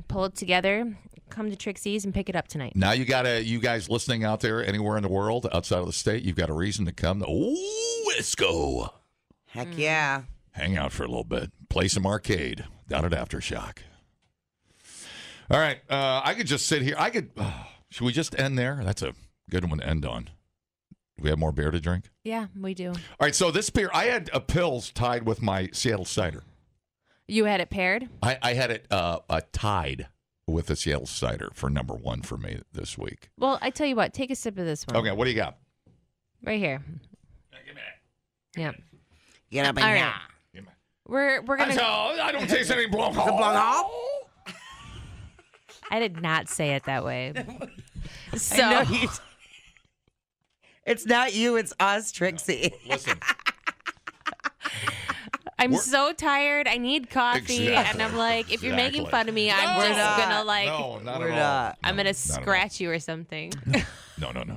S11: pull it together, come to Trixie's and pick it up tonight.
S3: Now you got to you guys listening out there anywhere in the world outside of the state, you've got a reason to come to Wisco.
S2: Heck
S11: Mm.
S2: yeah.
S3: hang out for a little bit, play some arcade down at Aftershock. All right, uh, I could just sit here. I could. uh, should we just end there? That's a good one to end on. We have more beer to drink.
S11: Yeah, we do.
S3: All right, so this beer, I had a pills tied with my Seattle cider.
S11: You had it paired.
S3: I, I had it uh, uh, tied with the Seattle cider for number one for me this week.
S11: Well, I tell you what, take a sip of this one.
S3: Okay, what do you got?
S11: Right here. Yeah.
S2: Get up in
S11: All
S2: here.
S11: right. We're we're gonna.
S3: I don't taste any blonde.
S11: I did not say it that way. So
S2: I know you- it's not you, it's us, Trixie.
S3: Listen,
S11: I'm
S2: We're-
S11: so tired. I need coffee, and
S2: Exactly.
S11: I'm like, if you're making
S3: Exactly.
S11: fun of me, I'm
S2: No,
S11: just
S2: we're
S11: gonna
S2: not.
S11: like,
S3: No, not
S2: We're uh,
S3: at all.
S2: not.
S11: I'm
S3: No,
S11: gonna
S3: not at all.
S11: scratch you or something.
S3: No, no, no.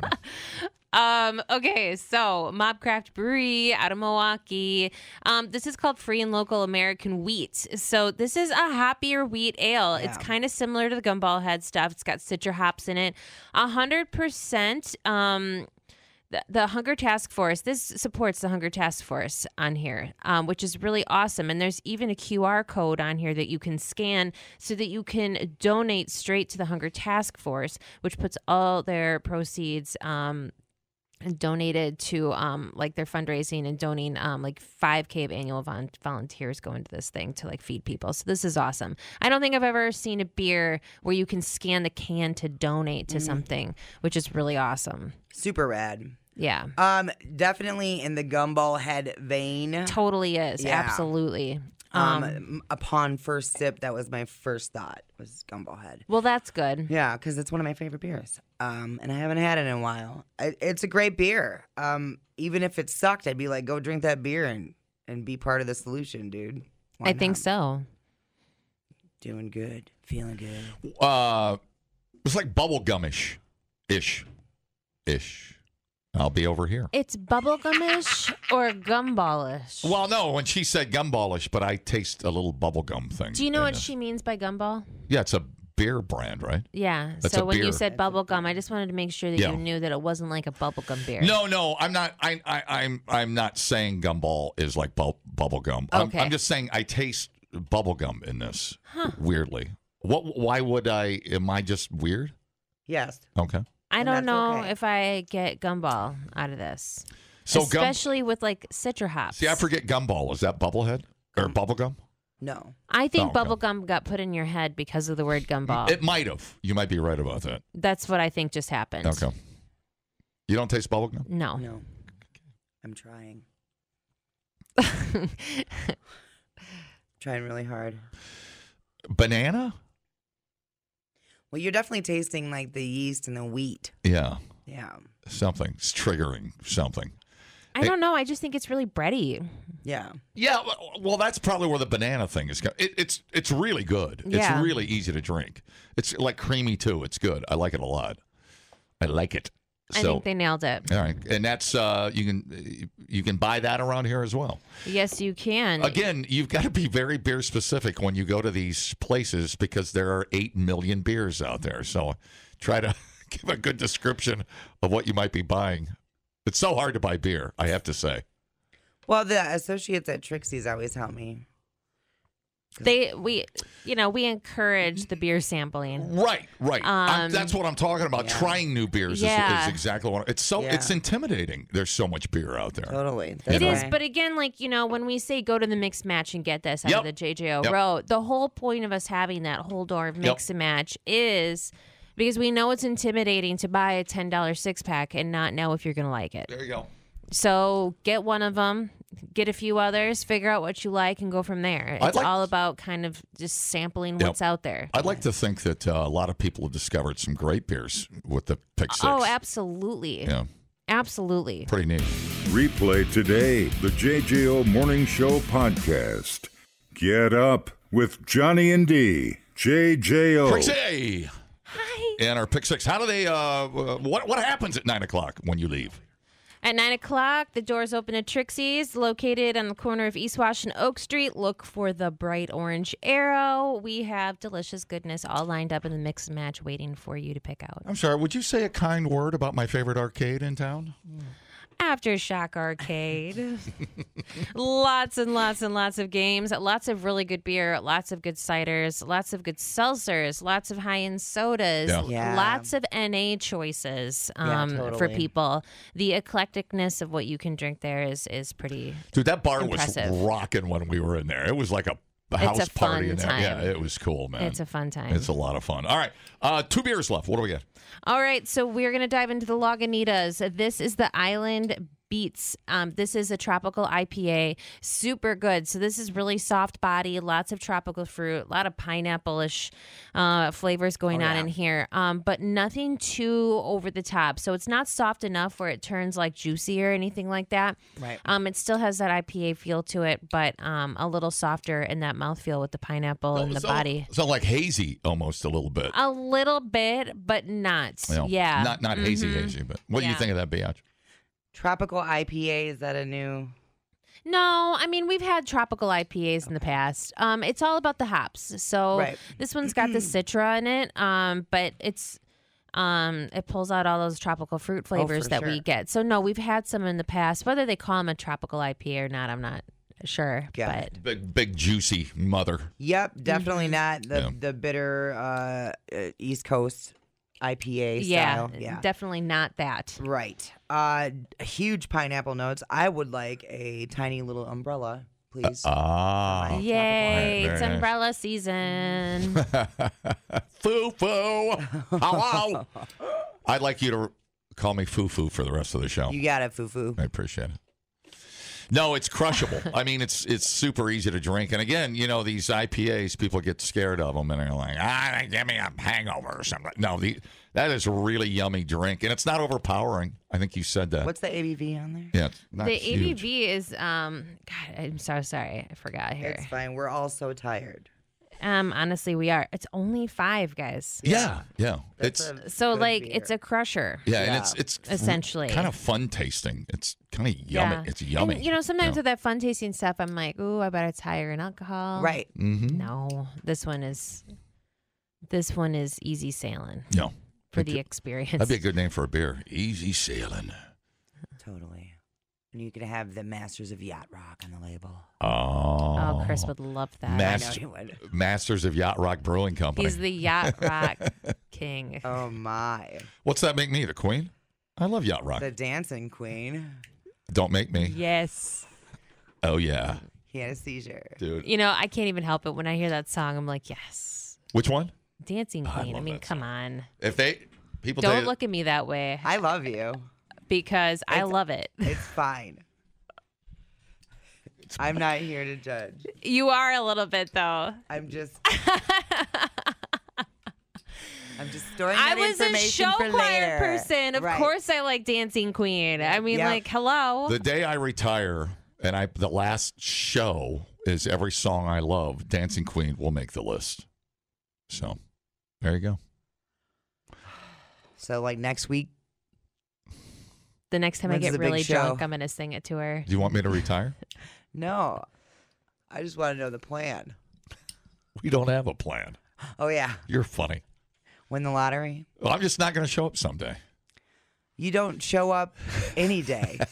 S11: Um, okay, so Mobcraft Brewery out of Milwaukee. Um, this is called Free and Local American Wheat. So this is a hoppier wheat ale. It's kind of similar to the Gumball Head stuff. It's got Citra hops in it. A hundred percent. Um. The, the Hunger Task Force. This supports the Hunger Task Force on here, um, which is really awesome. And there's even a QR code on here that you can scan so that you can donate straight to the Hunger Task Force, which puts all their proceeds um, and donated to um like their fundraising and donating um like 5k of annual von- volunteers go into this thing to like feed people so this is awesome i don't think i've ever seen a beer where you can scan the can to donate to
S2: Mm.
S11: something which is really awesome
S2: Super rad.
S11: yeah
S2: Um, definitely in the gumball head vein.
S11: Totally is. Absolutely.
S2: Um,
S11: Um,
S2: upon first sip, that was my first thought was gumball head.
S11: well that's good
S2: Yeah, because it's one of my favorite beers. Um, and I haven't had it in a while. I, it's a great beer. Um, even if it sucked, I'd be like, go drink that beer and and be part of the solution, dude. Why
S11: i think
S2: not?
S11: so
S2: Doing good, feeling good.
S3: Uh, it's like bubblegumish, ish, ish. I'll be over here.
S11: it's bubblegumish or gumballish
S3: Well, no, when she said gumballish, but I taste a little bubblegum thing.
S11: do you know
S3: in
S11: what
S3: it.
S11: she means by gumball
S3: Yeah, it's a beer brand, right?
S11: yeah
S3: That's
S11: so
S3: a
S11: when
S3: beer.
S11: you said bubblegum i just wanted to make sure that
S3: Yeah.
S11: you knew that it wasn't like a bubblegum beer
S3: No, no, I'm not. I, I, I'm, I'm not saying gumball is like bu- bubblegum. I'm,
S11: Okay.
S3: I'm just saying I taste bubblegum in this weirdly. What? Why would I? Am I just weird?
S2: Yes.
S3: Okay.
S11: I
S2: And
S11: don't
S2: that's
S11: know if I get gumball out of this.
S3: So gum-
S11: especially with like citra hops.
S3: See, I forget gumball. Is that bubblehead or bubblegum?
S2: No.
S11: I think
S3: Oh,
S11: bubble bubblegum got put in your head because of the word gumball.
S3: It might have. You might be right about that.
S11: That's what I think just happened.
S3: Okay. You don't taste bubblegum?
S11: No.
S2: No. I'm trying. trying really hard.
S3: Banana?
S2: Well, you're definitely tasting like the yeast and the wheat.
S3: Yeah.
S2: Yeah.
S3: Something. It's triggering something.
S11: I don't know. I just think it's really bready.
S2: Yeah.
S3: Yeah, well- well, that's probably where the banana thing is. go- It, it's it's really good.
S11: Yeah.
S3: It's really easy to drink. It's like creamy too. It's good. I like it a lot. I like it.
S11: I
S3: So
S11: think they nailed it.
S3: all right, and that's uh, you can you can buy that around here as well.
S11: Yes, you can.
S3: Again, you've got to be very beer specific when you go to these places because there are eight million beers out there. So try to give a good description of what you might be buying. It's so hard to buy beer, I have to say.
S2: Well, the associates at Trixie's always help me.
S11: They we you know, we encourage the beer sampling.
S3: Right, right. I'm-
S11: Um,
S3: that's what I'm talking about. Trying new beers is,
S11: Yeah.
S3: is exactly what it's so.
S11: Yeah.
S3: It's intimidating. There's so much beer out there.
S2: Totally,
S11: It is, but again, like you know, when we say go to the mix match and get this out of the
S3: Yep.
S11: JJO
S3: Yep.
S11: row, the whole point of us having that whole door of
S3: Yep.
S11: mix and match is because we know it's intimidating to buy a ten dollar six pack and not know if you're gonna like it.
S3: There you go.
S11: So get one of them, get a few others, figure out what you like, and go from there.
S3: I'd
S11: It's
S3: like-
S11: all about kind of just sampling
S3: Yep.
S11: what's out there.
S3: I'd like to think that uh, a lot of people have discovered some great beers with the pick six.
S11: Oh, absolutely,
S3: yeah,
S11: absolutely.
S3: pretty neat.
S1: Replay today the JJO Morning Show podcast. Get up with Johnny and D.
S3: Oh.
S1: JJO.
S3: Trixie. Hi. And our pick six. How do they? Uh, what what happens at nine o'clock when you leave?
S11: At 9 o'clock, the doors open at Trixie's, located on the corner of East Wash and Oak Street. Look for the bright orange arrow. We have delicious goodness all lined up in the mix and match waiting for you to pick out.
S3: I'm sorry. Would you say a kind word about my favorite arcade in town?
S11: Aftershock Arcade. lots and lots and lots of games, lots of really good beer, lots of good ciders, lots of good seltzers, lots of high end sodas,
S8: Yeah. Yeah.
S11: lots of NA choices
S8: Yeah,
S11: um, for
S8: totally.
S11: people. The eclecticness of what you can drink there is is pretty
S3: Dude, that bar
S11: Impressive.
S3: was rocking when we were in there. It was like a
S11: It's
S3: house
S11: a
S3: party
S11: fun
S3: in there.
S11: time.
S3: Yeah, it was cool, man.
S11: It's a fun time.
S3: It's a lot of fun. All right, uh, two beers left. What do we got?
S11: All right, so we're going to dive into the Lagunitas. This is the island beets. Um, this is a tropical IPA, super good. So this is really soft body, lots of tropical fruit, a lot of pineapple-ish uh, flavors going
S12: Oh,
S11: on
S12: yeah.
S11: in here, um, but nothing too over the top. So it's not soft enough where it turns like juicy or anything like that.
S2: Right.
S11: Um, it still has that IPA feel to it, but um, a little softer in that mouthfeel with the pineapple and the
S3: So-
S11: body.
S3: So like hazy almost a little bit.
S11: A little bit, but not.
S3: You know,
S11: yeah.
S3: Not not hazy
S11: Mhm.
S3: hazy, but what do you
S11: Yeah.
S3: think of that, Biatch?
S2: Tropical IPA is that a new?
S11: No, I mean we've had tropical IPAs in the past. Um, it's all about the hops. So
S2: Right.
S11: this one's got the citra in it, um, but it's um, it pulls out all those tropical fruit
S2: Oh, for
S11: flavors that we
S2: sure.
S11: get. So no, we've had some in the past. Whether they call them a tropical IPA or not, I'm not sure. but
S3: Big big juicy mother.
S2: Yep, definitely not
S11: Mm-hmm.
S2: the
S3: Yeah.
S2: the bitter uh, uh, East Coast IPA
S11: yeah,
S2: style. Yeah,
S11: definitely not that.
S2: Right. Uh, huge pineapple notes. I would like a tiny little umbrella, please.
S3: Ah.
S11: Yay!
S3: Very
S11: it's
S3: nice.
S11: umbrella season.
S3: Ah. foo foo. Hello. I'd like you to call me foo foo for the rest of the show.
S2: You got it, foo foo.
S3: I appreciate it. No, it's crushable. I mean, it's it's super easy to drink. And again, you know these IPAs, people get scared of them, and they're like, "Ah, they give me a hangover or something." No, the, that is a really yummy drink, and it's not overpowering. I think you said that.
S2: What's the ABV on there?
S3: yeah, it's not
S11: the
S3: huge.
S11: ABV is um. God, I'm so sorry. I forgot here.
S2: It's fine. We're all so tired.
S11: Um, honestly, we are. It's only five guys.
S3: Yeah, yeah, it's
S11: So like, it's a crusher.
S3: yeah, and it's it's
S11: essentially
S3: kind of fun tasting. It's kind of yummy.
S11: Yeah.
S3: It's yummy.
S11: And, you know, sometimes
S3: Yeah.
S11: with that fun tasting stuff, I'm like, ooh, I bet it's higher in alcohol.
S2: Right.
S3: Mhm.
S11: No, this one is. This one is easy sailing.
S3: No.
S11: For the
S3: Okay.
S11: experience.
S3: That'd be a good name for a beer. Easy sailing.
S2: Totally. And you could have the Masters of Yacht Rock on the label.
S3: Oh,
S11: Oh, Chris would love that.
S3: Mas- Masters of Yacht Rock Brewing Company.
S11: He's the yacht rock king.
S2: Oh my.
S3: What's that make me? The queen? I love Yacht Rock.
S2: The dancing queen.
S3: Don't make me.
S11: Yes.
S3: Oh yeah,
S2: He had a seizure.
S3: dude.
S11: You know, I can't even help it. When I hear that song, I'm like, yes.
S3: Which one?
S11: Dancing
S3: I
S11: Queen. I,
S3: love
S11: mean,
S3: that
S11: come on.
S3: If they people
S11: Don't
S3: tell you-
S11: look at me that way.
S2: I love you.
S11: Because I love it.
S2: It's fine. I'm not here to judge.
S11: You are a little bit though.
S2: I'm just. I'm just storing
S11: I
S2: that
S11: was a
S2: information
S11: show
S2: for
S11: choir
S2: later.
S11: person. Of
S2: Right.
S11: course, I like Dancing Queen. I mean,
S2: Yep.
S11: like, hello.
S3: the day I retire and I the last show is every song I love. Dancing Queen will make the list. So there you go.
S2: So like next week.
S11: The next time I
S2: When's
S11: get
S2: the big
S11: really
S2: show?
S11: drunk, I'm gonna sing it to her.
S3: Do you want me to retire?
S2: No, I just want to know the plan.
S3: we don't have a plan.
S2: Oh yeah,
S3: You're funny.
S2: win the lottery.
S3: Well, I'm just not going to show up someday.
S2: You don't show up any day.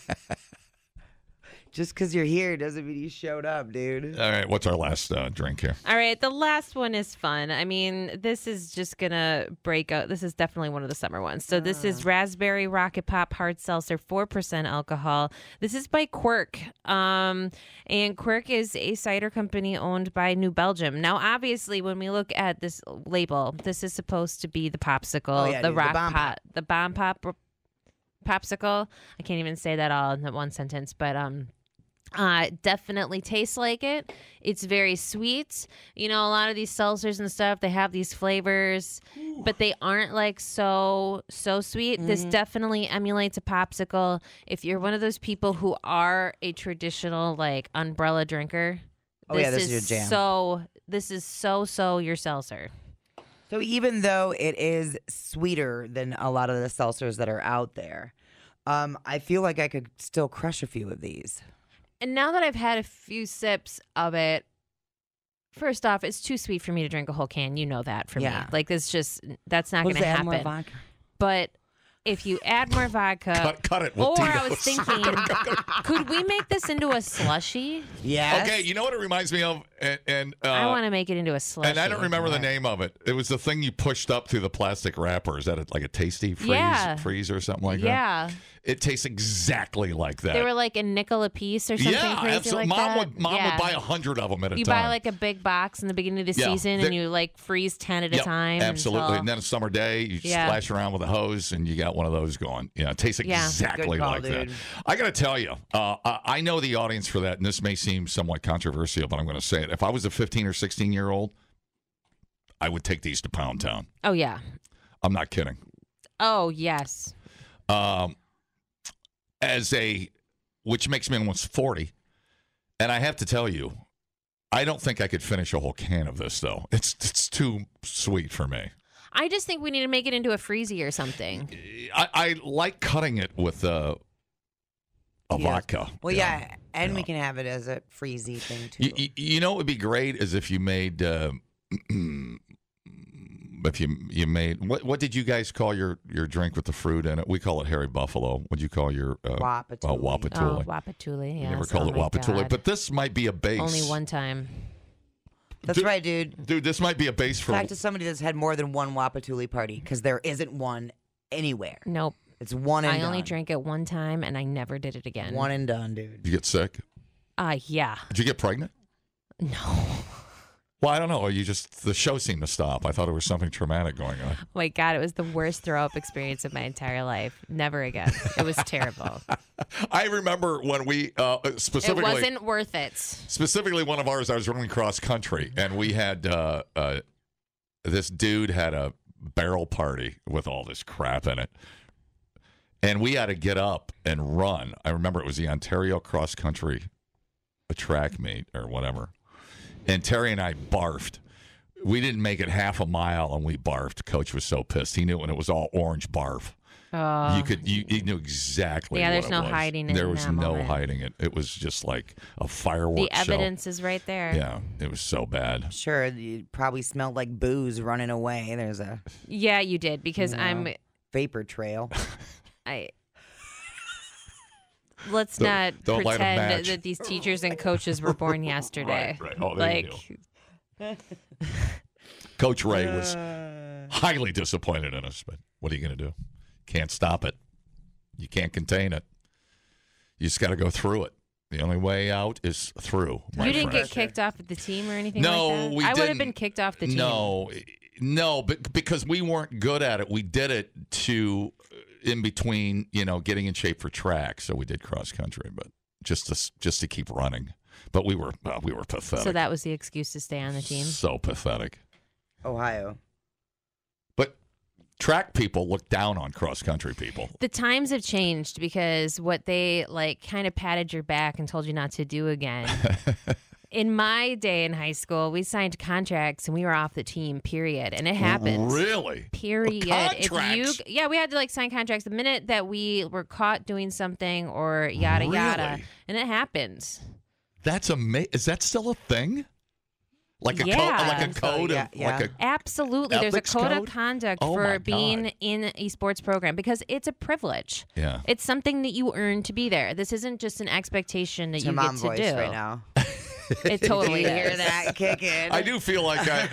S2: just because you're here doesn't mean you showed up, dude.
S3: All right, what's our last uh, drink here?
S11: All right, the last one is fun. I mean, this is just gonna break out. This is definitely one of the summer ones. So this is raspberry rocket pop hard seltzer, four percent alcohol. This is by Quirk, um, and Quirk is a cider company owned by New Belgium. Now, obviously, when we look at this label, this is supposed to be the
S12: Oh,
S11: popsicle,
S12: yeah,
S11: the
S12: dude, the
S11: rock
S12: bomb
S11: pop, the bomb pop, popsicle. I can't even say that all in that one sentence, but um uh definitely tastes like it. It's very sweet. You know, a lot of these seltzers and stuff, they have these flavors, but they aren't like so so sweet. This
S2: Mm-hmm.
S12: Mhm.
S11: definitely emulates a popsicle. If you're one of those people who are a traditional like umbrella drinker,
S2: Oh, yeah, this is your jam.
S11: so this is so so your seltzer.
S2: So even though it is sweeter than a lot of the seltzers that are out there, um, I feel like I could still crush a few of these.
S11: And now that I've had a few sips of it, first off, it's too sweet for me to drink a whole can. You know that for
S2: Yeah.
S11: me. Like it's just that's not
S2: What if
S11: going to
S2: they add
S11: happen.
S2: more vodka?
S11: But if you add more vodka,
S3: Cut- cut it with
S11: Or Uh, oh, I was
S3: Tito's.
S11: thinking, could we make this into a slushy?
S3: Okay, you know what it reminds me of, and, and uh,
S11: I want to make it into a slushy.
S3: and I don't remember the name of it. It was the thing you pushed up through the plastic wrapper. Is that a, like a tasty freeze,
S11: Yeah.
S3: freezer or something like that?
S11: yeah.
S3: It tastes exactly like that.
S11: They were like a nickel a piece or something
S3: yeah,
S11: crazy
S3: absolutely.
S11: like
S3: mom
S11: that.
S3: would mom
S11: Yeah.
S3: would buy a hundred of them at a
S11: You
S3: time.
S11: buy like a big box in the beginning of the
S3: Yeah,
S11: season,
S3: they're-
S11: and you like freeze ten at
S3: Yep,
S11: a time.
S3: Absolutely.
S11: until-
S3: And then a summer day, you
S11: Yeah.
S3: splash around with a hose and you got one of those going. Yeah, it tastes
S11: Yeah.
S3: exactly
S11: Good call,
S3: like that.
S11: dude.
S3: I got to tell you, uh, I, I know the audience for that, and this may seem somewhat controversial, but I'm going to say it. If I was a 15 or 16 year old, I would take these to Pound Town.
S11: oh yeah.
S3: I'm not kidding.
S11: Oh yes.
S3: Um, as a, which makes me almost 40. And I have to tell you, I don't think I could finish a whole can of this, though. It's, it's too sweet for me.
S11: I just think we need to make it into a freezy or something.
S3: I, I like cutting it with uh, a vodka.
S2: Well, yeah, and we can have it as a freezy thing too.
S3: You, you, you know, it would be great is if you made uh, if you you made what what did you guys call your your drink with the fruit in it? We call it Harry Buffalo. What'd you call your uh,
S11: Wapatuli.
S3: Uh, Wapatuli.
S11: Oh, Wapatuli.
S3: You
S11: Yes.
S3: never called
S11: oh
S3: it
S11: my
S3: Wapatuli,
S11: God.
S3: but this might be a base.
S11: only one time.
S2: That's right, dude.
S3: Dude, this might be a base for
S2: Talk to somebody that's had more than one Wapatuli party because there isn't one anywhere.
S11: Nope.
S2: It's one and
S11: I only
S2: done.
S11: drank it one time, and I never did it again.
S2: one and done, dude.
S3: Did you get sick?
S11: Uh yeah.
S3: Did you get pregnant? No. Well, I don't know. You just the show seemed to stop. I thought it was something traumatic going on.
S11: Oh my God, it was the worst throw up experience of my entire life. Never again. It was terrible.
S3: I remember when we uh,
S11: it
S3: specifically
S11: wasn't worth it.
S3: specifically one of ours. I was running cross country, and we had uh, uh, this dude had a barrel party with all this crap in it, and we had to get up and run. I remember it was the Ontario cross country a track meet or whatever, and Terry and I barfed. We didn't make it half a mile, and we barfed. Coach was so pissed. He knew when it was all orange barf.
S11: Oh.
S3: you could you, you knew exactly.
S11: Yeah,
S3: what
S11: there's
S3: it
S11: no
S3: was.
S11: hiding it
S3: There
S11: in
S3: was
S11: that
S3: no
S11: moment.
S3: hiding it. It was just like a
S11: the
S3: fireworks show.
S11: evidence is right there.
S3: Yeah, it was so bad.
S2: Sure, you probably smelled like booze running away. There's a
S11: Yeah, you did because
S2: you know,
S11: I'm.
S2: vapor trail.
S11: I. Let's
S2: Don't-
S11: not
S2: don't light a match.
S11: pretend that these teachers and coaches were born yesterday.
S3: right. Oh, there you
S11: like,
S3: Coach Ray was highly disappointed in us, but what are you going to do? Can't stop it. You can't contain it. You just got to go through it. The only way out is through. my
S11: you didn't
S3: friend.
S11: get kicked off of the team or anything
S3: No,
S11: like that?
S3: we
S11: I would
S3: didn't.
S11: have been kicked off the team.
S3: No, no, but because we weren't good at it, we did it to uh, in between, you know, getting in shape for track. So we did cross country, but just to just to keep running. But we were uh, we were pathetic.
S11: So that was the excuse to stay on the team.
S3: so pathetic.
S2: Ohio.
S3: But track people look down on cross country people.
S11: The times have changed because what they like kind of patted your back and told you not to do again. in my day in high school, we signed contracts and we were off the team, period. And it happened.
S3: Mm, Really?
S11: Period. If you,
S3: contracts?
S11: yeah, we had to like sign contracts the minute that we were caught doing something or yada yada,
S3: Really?
S11: and it happens.
S3: That's amazing. Is that still a thing? Like a
S11: Yeah.
S3: code, like a
S11: So,
S3: code,
S11: yeah,
S3: of, like a
S11: Absolutely, there's a
S3: Ethics
S11: code, of
S3: code?
S11: conduct
S3: Oh my
S11: for
S3: God.
S11: being in a sports program because it's a privilege.
S3: yeah.
S11: It's something that you earn to be there. This isn't just an expectation that
S2: It's
S11: you
S2: your mom
S11: get to
S2: voice
S11: do.
S2: right now.
S11: It totally
S2: You hear
S11: is.
S2: that kicking?
S3: I do feel like I,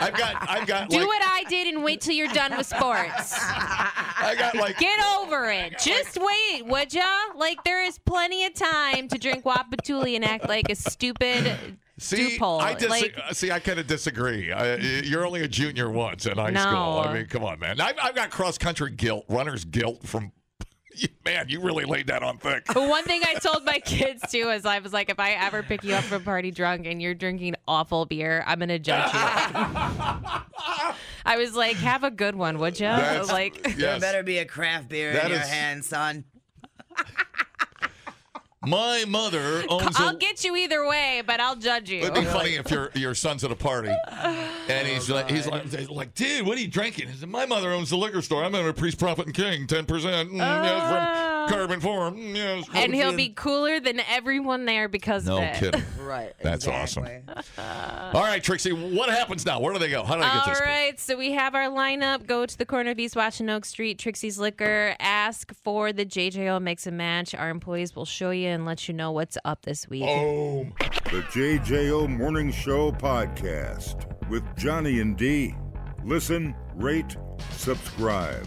S3: I've got, I've got
S11: Do
S3: like,
S11: what I did and wait till you're done with sports.
S3: I got like
S11: Get over it. Just wait, would ya? Like there is plenty of time to drink Wapatuli and act like a stupid
S3: See,
S11: dupole.
S3: I dis-
S11: like
S3: see, I kind of disagree. I, you're only a junior once in high
S11: No.
S3: school. I mean, come on, man. I've, I've got cross country guilt, runner's guilt from. Man, you really laid that on thick.
S11: But one thing I told my kids too is I was like, if I ever pick you up from a party drunk and you're drinking awful beer, I'm gonna judge you. I was like, have a good one, would you?
S2: That's-
S11: Like,
S2: There better be a craft beer
S3: That
S2: in your
S3: is-
S2: hand, son.
S3: My mother owns.
S11: I'll
S3: A,
S11: get you either way, but I'll judge you.
S3: it'd be funny if your your son's at a party,
S11: Oh,
S3: and he's like, he's like, he's like, dude, what are you drinking? He said, My mother owns the liquor store. I'm in a priest, prophet, and king, ten percent mm,
S11: Ah.
S3: from carbon form. Mm, yes.
S11: and he'll be cooler than everyone there because
S3: No
S11: of it.
S3: kidding.
S2: Right.
S3: That's awesome. All right, Trixie, what happens now? Where do they go? How do they get
S11: All
S3: this? pic?
S11: right, so we have our lineup. Go to the corner of East Washington Oak Street, Trixie's Liquor. Ask for the JJO Mix and Match. Our employees will show you and let you know what's up this week.
S3: Oh,
S1: The JJO Morning Show podcast with Johnny and D. Listen, rate, subscribe.